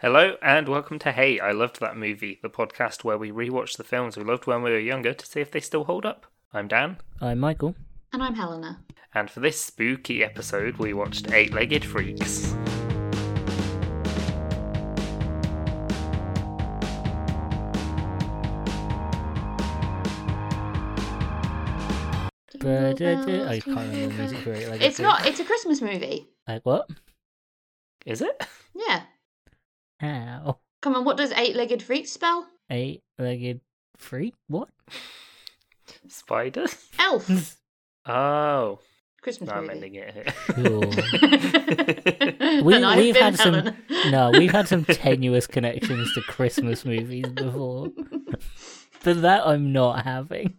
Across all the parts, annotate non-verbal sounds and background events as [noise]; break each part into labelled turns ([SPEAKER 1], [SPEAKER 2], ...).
[SPEAKER 1] Hello and welcome to Hey, I Loved That Movie, the podcast where we rewatch the films we loved when we were younger to see if they still hold up. I'm Dan,
[SPEAKER 2] I'm
[SPEAKER 3] [laughs]
[SPEAKER 2] Michael.
[SPEAKER 3] And I'm Helena.
[SPEAKER 1] and for this spooky episode, we watched Eight Legged Freaks.
[SPEAKER 2] But, uh,
[SPEAKER 3] Jingle
[SPEAKER 2] uh, I
[SPEAKER 3] bells,
[SPEAKER 2] can't remember the
[SPEAKER 3] [laughs] jingle
[SPEAKER 2] music for it. Like,
[SPEAKER 3] It's not. It's a Christmas movie.
[SPEAKER 2] Like what?
[SPEAKER 1] Is it? [laughs]
[SPEAKER 3] Yeah.
[SPEAKER 2] How?
[SPEAKER 3] Come on. What does eight-legged freak spell?
[SPEAKER 2] Eight-legged freak? What? [laughs]
[SPEAKER 1] Spiders?
[SPEAKER 3] Elf.
[SPEAKER 1] Oh,
[SPEAKER 3] Christmas
[SPEAKER 1] no, I'm
[SPEAKER 3] movie.
[SPEAKER 1] ending it
[SPEAKER 3] [laughs]
[SPEAKER 1] here. [laughs]
[SPEAKER 3] And I've
[SPEAKER 2] we've
[SPEAKER 3] been
[SPEAKER 2] had some-
[SPEAKER 3] Helen.
[SPEAKER 2] [laughs] no, we've had some tenuous connections to Christmas movies before,
[SPEAKER 3] [laughs]
[SPEAKER 2] but that I'm not having.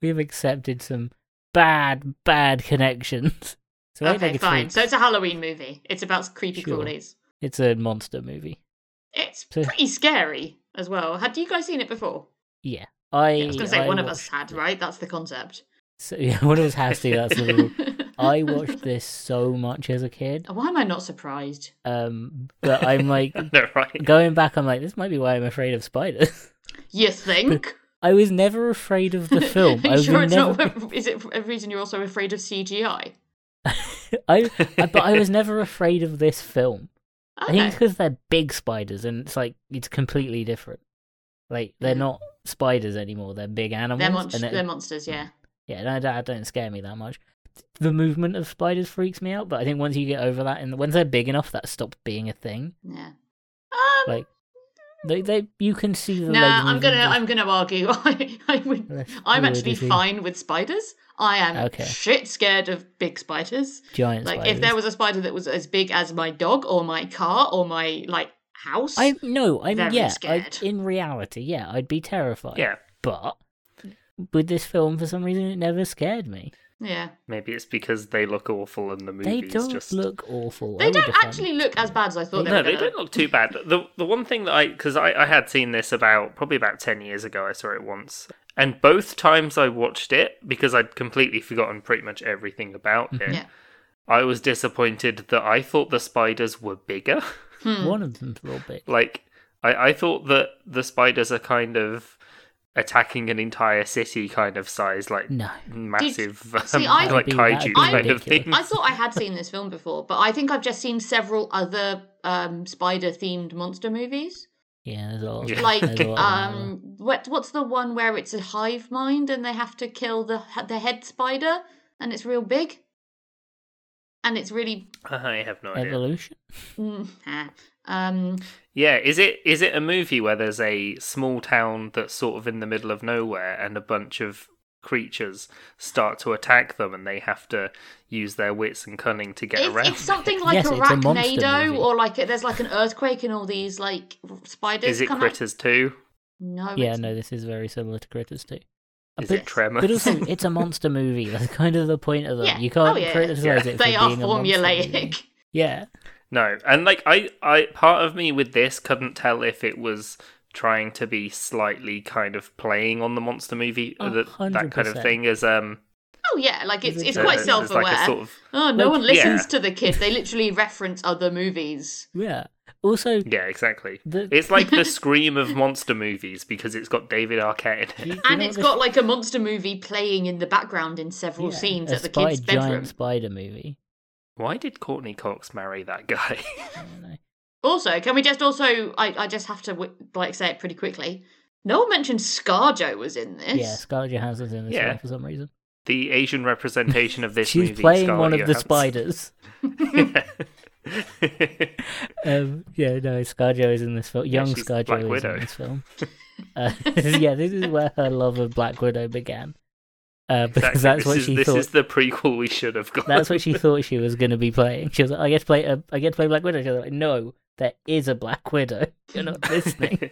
[SPEAKER 2] We've accepted some bad, bad connections. So
[SPEAKER 3] okay,
[SPEAKER 2] Eight-Legged
[SPEAKER 3] fine.
[SPEAKER 2] Freak,
[SPEAKER 3] So it's a Halloween movie. It's about creepy
[SPEAKER 2] Sure.
[SPEAKER 3] crawlies.
[SPEAKER 2] it's a monster movie.
[SPEAKER 3] It's
[SPEAKER 2] So-
[SPEAKER 3] pretty scary as well. Had you guys seen it before?
[SPEAKER 2] Yeah, I.
[SPEAKER 3] Yeah, I was going to say
[SPEAKER 2] I
[SPEAKER 3] one of us
[SPEAKER 2] watched-
[SPEAKER 3] had, right? That's the concept. [laughs]
[SPEAKER 2] So, [laughs] yeah, one of us has to. That's the rule. I watched this so much as a kid,
[SPEAKER 3] Why am I not surprised?
[SPEAKER 2] um, but I'm like
[SPEAKER 1] They're right.
[SPEAKER 2] going back. I'm like, this might be why I'm afraid of spiders. [laughs]
[SPEAKER 3] You think?
[SPEAKER 2] I was never afraid of the film.
[SPEAKER 3] [laughs] Are
[SPEAKER 2] I
[SPEAKER 3] you
[SPEAKER 2] was
[SPEAKER 3] sure it's
[SPEAKER 2] never,
[SPEAKER 3] not? [laughs] Is it a reason you're also afraid of CGI?
[SPEAKER 2] [laughs] I, I- but I was never afraid of this film. I think
[SPEAKER 3] Okay.
[SPEAKER 2] it's because they're big spiders, and it's like it's completely different. Like they're
[SPEAKER 3] Mhm.
[SPEAKER 2] not spiders anymore; they're big animals.
[SPEAKER 3] They're, monst-
[SPEAKER 2] and it-
[SPEAKER 3] they're monsters, yeah.
[SPEAKER 2] yeah, no, that don't scare me that much. The movement of spiders freaks me out, but I think once you get over that, and once they're big enough, that stops being a thing.
[SPEAKER 3] Yeah. Um,
[SPEAKER 2] Mm. Like they, they you can see the.
[SPEAKER 3] nah,
[SPEAKER 2] legs
[SPEAKER 3] I'm gonna
[SPEAKER 2] moving.
[SPEAKER 3] I'm gonna argue. [laughs] I, I would,
[SPEAKER 2] Left
[SPEAKER 3] I'm
[SPEAKER 2] forward,
[SPEAKER 3] actually
[SPEAKER 2] is he?
[SPEAKER 3] fine with spiders. I am
[SPEAKER 2] Okay.
[SPEAKER 3] shit scared of big spiders.
[SPEAKER 2] giant
[SPEAKER 3] Like
[SPEAKER 2] spiders.
[SPEAKER 3] if there was a spider that was as big as my dog or my car or my like house,
[SPEAKER 2] I no, I'm
[SPEAKER 3] very
[SPEAKER 2] yeah. I,
[SPEAKER 3] scared.
[SPEAKER 2] in reality, yeah, I'd be terrified.
[SPEAKER 1] Yeah,
[SPEAKER 2] but with this film, for some reason, it never scared me.
[SPEAKER 3] yeah.
[SPEAKER 1] maybe it's because they look awful and the
[SPEAKER 2] They
[SPEAKER 1] movie's
[SPEAKER 2] don't
[SPEAKER 1] just...
[SPEAKER 2] look awful. I
[SPEAKER 3] They don't
[SPEAKER 2] would've found-
[SPEAKER 3] actually look as bad as I thought they
[SPEAKER 1] no,
[SPEAKER 3] were.
[SPEAKER 1] they
[SPEAKER 3] gonna.
[SPEAKER 1] don't look too bad. The the one thing that I because I, I had seen this about probably about ten years ago. I saw it once, and both times I watched it because I'd completely forgotten pretty much everything about
[SPEAKER 2] Mm-hmm.
[SPEAKER 1] it.
[SPEAKER 3] Yeah.
[SPEAKER 1] I was disappointed that I thought the spiders were bigger. [laughs]
[SPEAKER 3] Hmm.
[SPEAKER 2] One of them's a little bit.
[SPEAKER 1] like I, I thought that the spiders are kind of attacking an entire city kind of size, like
[SPEAKER 2] No,
[SPEAKER 1] massive [laughs] um,
[SPEAKER 3] see, I-
[SPEAKER 1] like
[SPEAKER 2] That'd be- that'd
[SPEAKER 1] kaiju
[SPEAKER 2] be
[SPEAKER 1] kind of
[SPEAKER 2] ridiculous.
[SPEAKER 1] thing. [laughs]
[SPEAKER 3] I thought I
[SPEAKER 2] [laughs]
[SPEAKER 3] had seen this film before, but I think I've just seen several other um, spider-themed monster movies.
[SPEAKER 2] yeah, there's a lot.
[SPEAKER 1] Yeah.
[SPEAKER 3] like
[SPEAKER 2] there's a lot of them.
[SPEAKER 3] um what what's the one where it's a hive mind and they have to kill the the head spider and it's real big and it's really
[SPEAKER 1] I have no idea.
[SPEAKER 2] evolution.
[SPEAKER 3] mm, ah. um
[SPEAKER 1] Yeah, is it is it a movie where there's a small town that's sort of in the middle of nowhere and a bunch of creatures start to attack them and they have to use their wits and cunning to get
[SPEAKER 3] it's,
[SPEAKER 1] around?
[SPEAKER 3] it's something like
[SPEAKER 2] Yes,
[SPEAKER 3] a
[SPEAKER 2] it's a monster
[SPEAKER 3] arachnado
[SPEAKER 2] movie.
[SPEAKER 3] or like there's like an earthquake and all these like r- spiders
[SPEAKER 1] is it
[SPEAKER 3] come out.
[SPEAKER 1] Critters too?
[SPEAKER 3] no
[SPEAKER 2] Yeah,
[SPEAKER 3] it's-
[SPEAKER 2] no, this is very similar to Critters too.
[SPEAKER 1] Is
[SPEAKER 2] but,
[SPEAKER 1] it Tremors?
[SPEAKER 2] but also,
[SPEAKER 1] [laughs]
[SPEAKER 2] it's a monster movie. That's kind of the point of them.
[SPEAKER 3] Yeah.
[SPEAKER 2] You can't
[SPEAKER 3] Oh, yeah.
[SPEAKER 2] criticize
[SPEAKER 1] Yeah.
[SPEAKER 2] it. For
[SPEAKER 3] they are
[SPEAKER 2] being a monster movie.
[SPEAKER 3] formulaic
[SPEAKER 2] Yeah,
[SPEAKER 1] No, and like I, I part of me with this couldn't tell if it was trying to be slightly kind of playing on the monster movie uh,
[SPEAKER 2] A
[SPEAKER 1] that, that kind of
[SPEAKER 2] 100%.
[SPEAKER 1] thing as um
[SPEAKER 3] [laughs] oh yeah like it's
[SPEAKER 2] Is it
[SPEAKER 3] it's
[SPEAKER 1] uh,
[SPEAKER 3] quite
[SPEAKER 1] as
[SPEAKER 3] self-aware
[SPEAKER 1] like a sort of
[SPEAKER 3] oh no
[SPEAKER 2] Like,
[SPEAKER 3] one listens
[SPEAKER 1] yeah.
[SPEAKER 3] to the kids they literally reference other movies
[SPEAKER 2] yeah. Also,
[SPEAKER 1] yeah exactly
[SPEAKER 2] the,
[SPEAKER 1] it's like
[SPEAKER 2] [laughs]
[SPEAKER 1] the scream of monster movies because it's got David Arquette in
[SPEAKER 2] you-
[SPEAKER 1] it
[SPEAKER 2] you
[SPEAKER 3] And
[SPEAKER 2] know
[SPEAKER 3] it's
[SPEAKER 2] what
[SPEAKER 3] got like a monster movie playing in the background in several
[SPEAKER 2] Yeah,
[SPEAKER 3] scenes
[SPEAKER 2] a
[SPEAKER 3] at the kids'
[SPEAKER 2] spy- giant
[SPEAKER 3] bedroom.
[SPEAKER 2] spider
[SPEAKER 3] [laughs]
[SPEAKER 2] movie.
[SPEAKER 1] why did Courtney Cox marry that guy [laughs]
[SPEAKER 2] I don't know.
[SPEAKER 3] Also, can we just also? I, I just have to wi- like say it pretty quickly. No one mentioned ScarJo was in this.
[SPEAKER 2] Yeah, Scarlett Johansson's in this
[SPEAKER 1] Yeah.
[SPEAKER 2] one for some reason.
[SPEAKER 1] the Asian representation of this
[SPEAKER 2] She's
[SPEAKER 1] movie
[SPEAKER 2] playing
[SPEAKER 1] Scarlett
[SPEAKER 2] one of the
[SPEAKER 1] Johansson. [laughs]
[SPEAKER 2] spiders. Um, yeah, no, ScarJo is in this film. Young
[SPEAKER 1] she's
[SPEAKER 2] ScarJo
[SPEAKER 1] Black
[SPEAKER 2] is
[SPEAKER 1] Widow.
[SPEAKER 2] in this film.
[SPEAKER 1] [laughs]
[SPEAKER 2] Uh, [laughs] yeah, this is where her love of Black Widow began, uh, [laughs] because
[SPEAKER 1] Exactly.
[SPEAKER 2] that's
[SPEAKER 1] this
[SPEAKER 2] what
[SPEAKER 1] is,
[SPEAKER 2] she
[SPEAKER 1] this
[SPEAKER 2] thought.
[SPEAKER 1] is [laughs] the prequel we should have got [laughs]
[SPEAKER 2] That's what she thought she was going to be playing. She was like, "I get to play. A, I get to play Black Widow." She was like, "No, there is a Black Widow. [laughs]
[SPEAKER 1] [laughs]
[SPEAKER 2] You're not listening."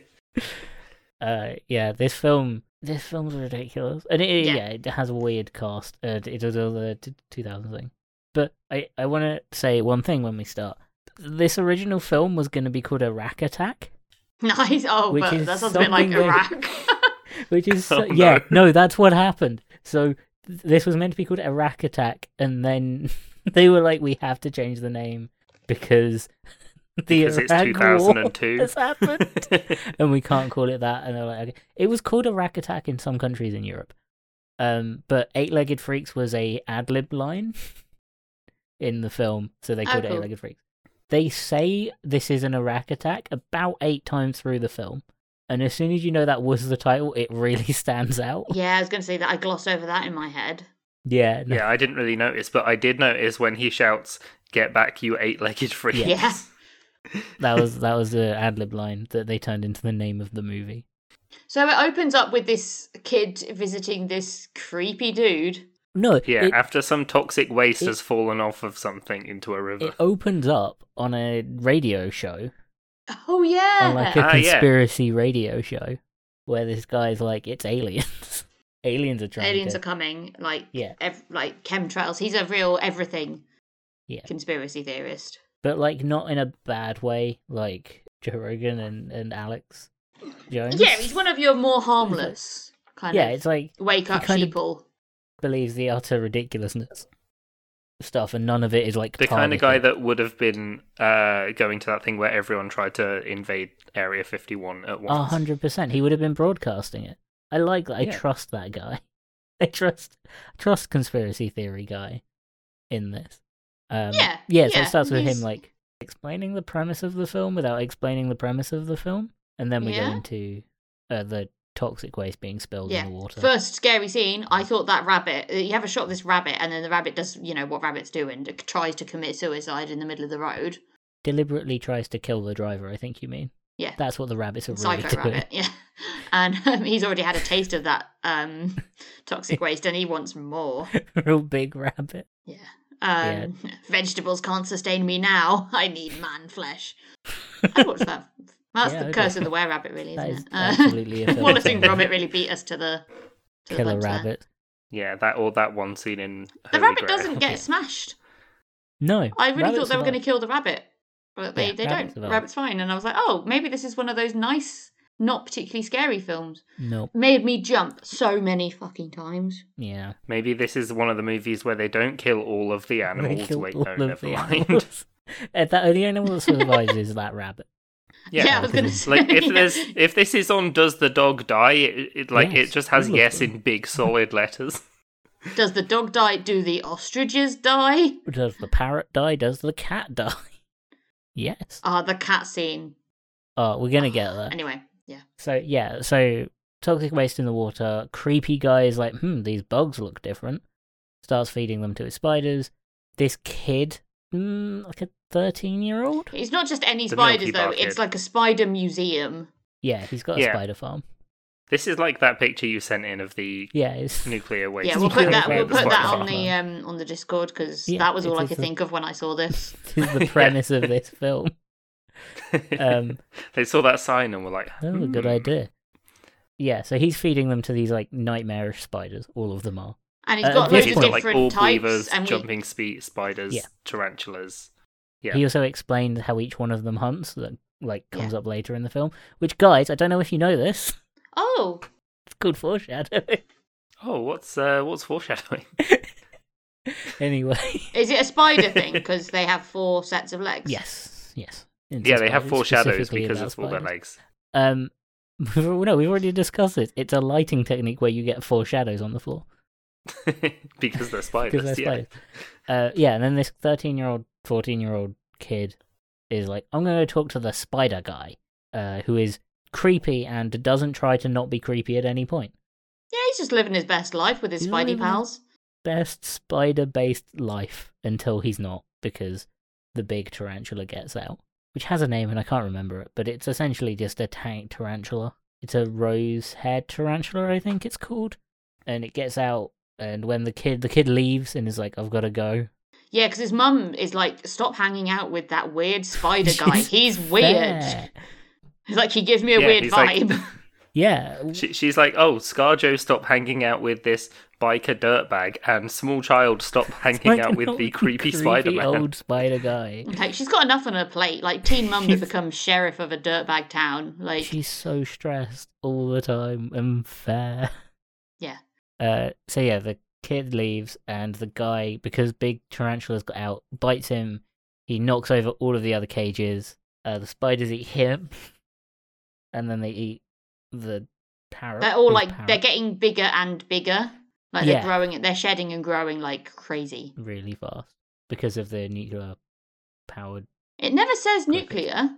[SPEAKER 2] uh, yeah, this film. This film's ridiculous, and it,
[SPEAKER 3] Yeah.
[SPEAKER 2] yeah. it has a weird cast. Uh, it was all the t- 2000 thing. But I, I want to say one thing when we start. This original film was going to be called a rack attack.
[SPEAKER 3] [laughs] Nice. Oh,
[SPEAKER 2] Which
[SPEAKER 3] but
[SPEAKER 2] is
[SPEAKER 3] that sounds a bit like
[SPEAKER 2] something they-
[SPEAKER 3] Iraq. [laughs]
[SPEAKER 2] Which is
[SPEAKER 1] [laughs]
[SPEAKER 2] so,
[SPEAKER 1] Oh, no.
[SPEAKER 2] yeah, no, that's what happened. So th- this was meant to be called [laughs] Iraq Attack, and then they were like, we have to change the name because [laughs] the
[SPEAKER 1] Because it's
[SPEAKER 2] Iraq War
[SPEAKER 1] 2002.
[SPEAKER 2] has happened, [laughs] and we can't call it that. And they're like, okay. it was called a rack attack in some countries in Europe, um, but eight-legged freaks was a ad lib line [laughs] in the film, so they
[SPEAKER 3] Oh,
[SPEAKER 2] called it
[SPEAKER 3] cool.
[SPEAKER 2] eight-legged freaks. They say this is an Iraq attack about eight times through the film, and as soon as you know that was the title, it really [laughs] stands out.
[SPEAKER 3] Yeah, I was going to say that I glossed over that in my head.
[SPEAKER 2] Yeah, no,
[SPEAKER 1] yeah, I didn't really notice, but I did notice when he shouts, "Get back, you eight-legged freak!"
[SPEAKER 2] Yeah.
[SPEAKER 3] Yeah.
[SPEAKER 2] that was that was the ad lib line that they turned into the name of the movie.
[SPEAKER 3] So it opens up with this kid visiting this creepy dude.
[SPEAKER 2] No,
[SPEAKER 1] Yeah,
[SPEAKER 2] it-
[SPEAKER 1] after some toxic waste
[SPEAKER 2] it-
[SPEAKER 1] has fallen off of something into a river.
[SPEAKER 2] it opens up on a radio show,
[SPEAKER 3] Oh yeah.
[SPEAKER 2] on like a
[SPEAKER 1] Ah, yeah.
[SPEAKER 2] conspiracy radio show, where this guy's like, "It's aliens. [laughs] aliens are trying
[SPEAKER 3] Aliens
[SPEAKER 2] to."
[SPEAKER 3] are coming, like
[SPEAKER 2] Yeah.
[SPEAKER 3] ev- like chemtrails. He's a real everything
[SPEAKER 2] Yeah.
[SPEAKER 3] conspiracy theorist.
[SPEAKER 2] but like not in a bad way, like Joe Rogan and and Alex Jones.
[SPEAKER 3] Yeah, he's one of your more harmless kind
[SPEAKER 2] yeah.
[SPEAKER 3] of
[SPEAKER 2] It's like
[SPEAKER 3] wake
[SPEAKER 2] he
[SPEAKER 3] up
[SPEAKER 2] kind of-
[SPEAKER 3] sheeple.
[SPEAKER 2] believes the utter ridiculousness of stuff, and none of it is like
[SPEAKER 1] the kind of guy
[SPEAKER 2] targeted.
[SPEAKER 1] that would have been uh, going to that thing where everyone tried to invade Area 51 at
[SPEAKER 2] A
[SPEAKER 1] once.
[SPEAKER 2] hundred percent. He would have been broadcasting it. I like that. I
[SPEAKER 1] Yeah.
[SPEAKER 2] trust that guy. [laughs] I trust trust conspiracy theory guy in this. Um,
[SPEAKER 3] Yeah,
[SPEAKER 2] Yeah. So
[SPEAKER 3] yeah,
[SPEAKER 2] it starts with
[SPEAKER 3] he's-
[SPEAKER 2] him like explaining the premise of the film without explaining the premise of the film, and then we
[SPEAKER 3] Yeah.
[SPEAKER 2] go into uh, the toxic waste being spilled
[SPEAKER 3] yeah.
[SPEAKER 2] in the water.
[SPEAKER 3] First scary scene. I thought that rabbit. uh, You have a shot of this rabbit, and then the rabbit does, you know, what rabbit's doing? d- Tries to commit suicide in the middle of the road.
[SPEAKER 2] Deliberately tries to kill the driver. I think you mean.
[SPEAKER 3] Yeah.
[SPEAKER 2] That's what the rabbits are really
[SPEAKER 3] Psycho
[SPEAKER 2] doing.
[SPEAKER 3] rabbit. Yeah, [laughs] and um, he's already had a taste of that
[SPEAKER 2] [laughs]
[SPEAKER 3] um, toxic waste, and he wants more.
[SPEAKER 2] [laughs] Real big rabbit.
[SPEAKER 3] Yeah. Um, Vegetables can't sustain me now. [laughs] I need man flesh. I watched
[SPEAKER 2] [laughs]
[SPEAKER 3] that. That's
[SPEAKER 2] Yeah,
[SPEAKER 3] the
[SPEAKER 2] okay.
[SPEAKER 3] curse of the were rabbit, really,
[SPEAKER 2] That
[SPEAKER 3] isn't
[SPEAKER 2] is
[SPEAKER 3] it? Uh,
[SPEAKER 2] absolutely a film
[SPEAKER 3] [laughs] Wallace and
[SPEAKER 2] thing.
[SPEAKER 3] Gromit really beat us to the to the
[SPEAKER 2] Killer
[SPEAKER 3] punch there.
[SPEAKER 2] rabbit.
[SPEAKER 1] Yeah, that or that one scene in
[SPEAKER 3] The
[SPEAKER 1] Holy
[SPEAKER 3] rabbit
[SPEAKER 1] Grail.
[SPEAKER 3] doesn't get smashed.
[SPEAKER 2] No.
[SPEAKER 3] I
[SPEAKER 2] rabbits
[SPEAKER 3] really thought they were
[SPEAKER 2] survive.
[SPEAKER 3] going to kill the rabbit, but they,
[SPEAKER 2] Yeah,
[SPEAKER 3] they
[SPEAKER 2] rabbit
[SPEAKER 3] don't.
[SPEAKER 2] survives.
[SPEAKER 3] Rabbit's fine. And I was like, oh, maybe this is one of those nice, not particularly scary films.
[SPEAKER 2] Nope.
[SPEAKER 3] Made me jump so many fucking times.
[SPEAKER 2] Yeah.
[SPEAKER 1] [laughs] Maybe this is one of the movies where they don't kill all of the
[SPEAKER 2] They
[SPEAKER 1] animals.
[SPEAKER 2] kill
[SPEAKER 1] Wait,
[SPEAKER 2] all
[SPEAKER 1] no,
[SPEAKER 2] of
[SPEAKER 1] never
[SPEAKER 2] the
[SPEAKER 1] mind. [laughs]
[SPEAKER 2] [laughs] animals. And that Uh, only animal that survives is that rabbit.
[SPEAKER 3] Yeah, I was going to
[SPEAKER 2] because
[SPEAKER 1] [laughs]
[SPEAKER 3] say.
[SPEAKER 1] like if
[SPEAKER 3] yeah.
[SPEAKER 1] there's if this is on does the dog die it, it like
[SPEAKER 2] Yes,
[SPEAKER 1] it just has
[SPEAKER 2] all of
[SPEAKER 1] yes
[SPEAKER 2] them.
[SPEAKER 1] in big solid letters [laughs]
[SPEAKER 3] Does the dog die? Do the ostriches die?
[SPEAKER 2] Does the parrot die? Does the cat [laughs] die? Yes.
[SPEAKER 3] Ah, the cat scene.
[SPEAKER 2] Oh, we're gonna get
[SPEAKER 3] [sighs]
[SPEAKER 2] there.
[SPEAKER 3] Anyway, yeah.
[SPEAKER 2] So yeah, so toxic waste in the water. Creepy guy is like, hmm, these bugs look different. Starts feeding them to his spiders. This kid, mm, like a thirteen-year-old.
[SPEAKER 3] It's not just any
[SPEAKER 1] The
[SPEAKER 3] spiders,
[SPEAKER 1] Milky
[SPEAKER 3] though.
[SPEAKER 1] Bar
[SPEAKER 3] It's
[SPEAKER 1] kid.
[SPEAKER 3] like a spider museum.
[SPEAKER 2] Yeah, he's got a
[SPEAKER 1] Yeah.
[SPEAKER 2] spider farm.
[SPEAKER 1] this is like that picture you sent in of the
[SPEAKER 2] Yeah, it's [laughs]
[SPEAKER 1] nuclear waste [laughs]
[SPEAKER 3] yeah, we'll put that.
[SPEAKER 1] where
[SPEAKER 3] We'll
[SPEAKER 1] the
[SPEAKER 3] put that
[SPEAKER 1] spider
[SPEAKER 3] on
[SPEAKER 1] farm-
[SPEAKER 3] the um on the Discord because
[SPEAKER 2] Yeah,
[SPEAKER 3] that was all
[SPEAKER 2] it
[SPEAKER 3] I
[SPEAKER 2] is
[SPEAKER 3] could
[SPEAKER 2] the-
[SPEAKER 3] think of when I saw this.
[SPEAKER 1] [laughs]
[SPEAKER 2] is the premise of this film. Um,
[SPEAKER 1] they saw that sign and were like
[SPEAKER 2] Oh, good
[SPEAKER 1] "Hmm."
[SPEAKER 2] idea. Yeah, so he's feeding them to these like nightmarish spiders. All of them are.
[SPEAKER 3] And he's
[SPEAKER 2] Uh,
[SPEAKER 3] got
[SPEAKER 2] yeah,
[SPEAKER 3] loads
[SPEAKER 1] These
[SPEAKER 3] of
[SPEAKER 2] it's
[SPEAKER 1] were
[SPEAKER 3] different
[SPEAKER 1] like all
[SPEAKER 3] types,
[SPEAKER 1] beavers
[SPEAKER 3] and we,
[SPEAKER 1] jumping spe- spiders
[SPEAKER 2] Yeah.
[SPEAKER 1] tarantulas yeah
[SPEAKER 2] He also explained how each one of them hunts. That like comes
[SPEAKER 3] Yeah.
[SPEAKER 2] up later in the film. Which, guys, I don't know if you know this. [laughs]
[SPEAKER 3] oh,
[SPEAKER 2] It's called foreshadowing. [laughs]
[SPEAKER 1] oh what's uh what's foreshadowing
[SPEAKER 2] anyway,
[SPEAKER 3] is it
[SPEAKER 1] [laughs]
[SPEAKER 3] a spider thing? Because they have four sets of legs.
[SPEAKER 2] yes, yes. Into
[SPEAKER 1] yeah they have
[SPEAKER 2] spiders,
[SPEAKER 1] four shadows
[SPEAKER 2] specifically
[SPEAKER 1] because
[SPEAKER 2] about
[SPEAKER 1] it's all their
[SPEAKER 2] spiders.
[SPEAKER 1] legs
[SPEAKER 2] Um, [laughs] no, we've already discussed this. It's a lighting technique where you get four shadows on the floor.
[SPEAKER 1] [laughs] because they're spiders [laughs]
[SPEAKER 2] because they're
[SPEAKER 1] yeah
[SPEAKER 2] spiders. Uh, yeah, and then this 13 year old, 14 year old kid is like, I'm going to talk to the spider guy, uh, who is creepy and doesn't try to not be creepy at any point.
[SPEAKER 3] Yeah, he's just living his best life with his
[SPEAKER 2] He's
[SPEAKER 3] spidey
[SPEAKER 2] living-
[SPEAKER 3] pals.
[SPEAKER 2] Best spider based life until he's not, because the big tarantula gets out, which has a name and I can't remember it, but it's essentially just a tank tarantula. It's a rose haired tarantula, I think it's called. And it gets out, and when the kid the kid leaves and is like, "I've got to go,"
[SPEAKER 3] Yeah, because his mum is like, stop hanging out with that weird spider
[SPEAKER 2] [laughs]
[SPEAKER 3] guy.
[SPEAKER 2] She's
[SPEAKER 3] He's weird.
[SPEAKER 2] fair.
[SPEAKER 3] It's [laughs] like he gives me a
[SPEAKER 1] Yeah,
[SPEAKER 3] weird
[SPEAKER 1] he's like-
[SPEAKER 3] vibe. [laughs]
[SPEAKER 1] [laughs]
[SPEAKER 2] Yeah,
[SPEAKER 1] She, she's like, "Oh, Scarjo, stop hanging out with this biker dirtbag, and small child,
[SPEAKER 2] [laughs]
[SPEAKER 1] stop hanging out with the creepy, Spider-Man."
[SPEAKER 2] old spider guy.
[SPEAKER 3] Like she's got enough on her plate. Like teen mum that becomes sheriff of a dirtbag town. Like
[SPEAKER 2] She's so stressed all the time and fair.
[SPEAKER 3] Yeah.
[SPEAKER 2] Uh, so yeah, the kid leaves, and the guy because big tarantula's got out bites him. He knocks over all of the other cages, Uh, the spiders eat him, [laughs] and then they eat the parrot.
[SPEAKER 3] They're all
[SPEAKER 2] big
[SPEAKER 3] like
[SPEAKER 2] parrot.
[SPEAKER 3] they're getting bigger and bigger. Like
[SPEAKER 2] Yeah.
[SPEAKER 3] they're growing, they're shedding and growing like crazy.
[SPEAKER 2] really fast because of the nuclear powered.
[SPEAKER 3] It never says
[SPEAKER 2] Perfect.
[SPEAKER 3] nuclear.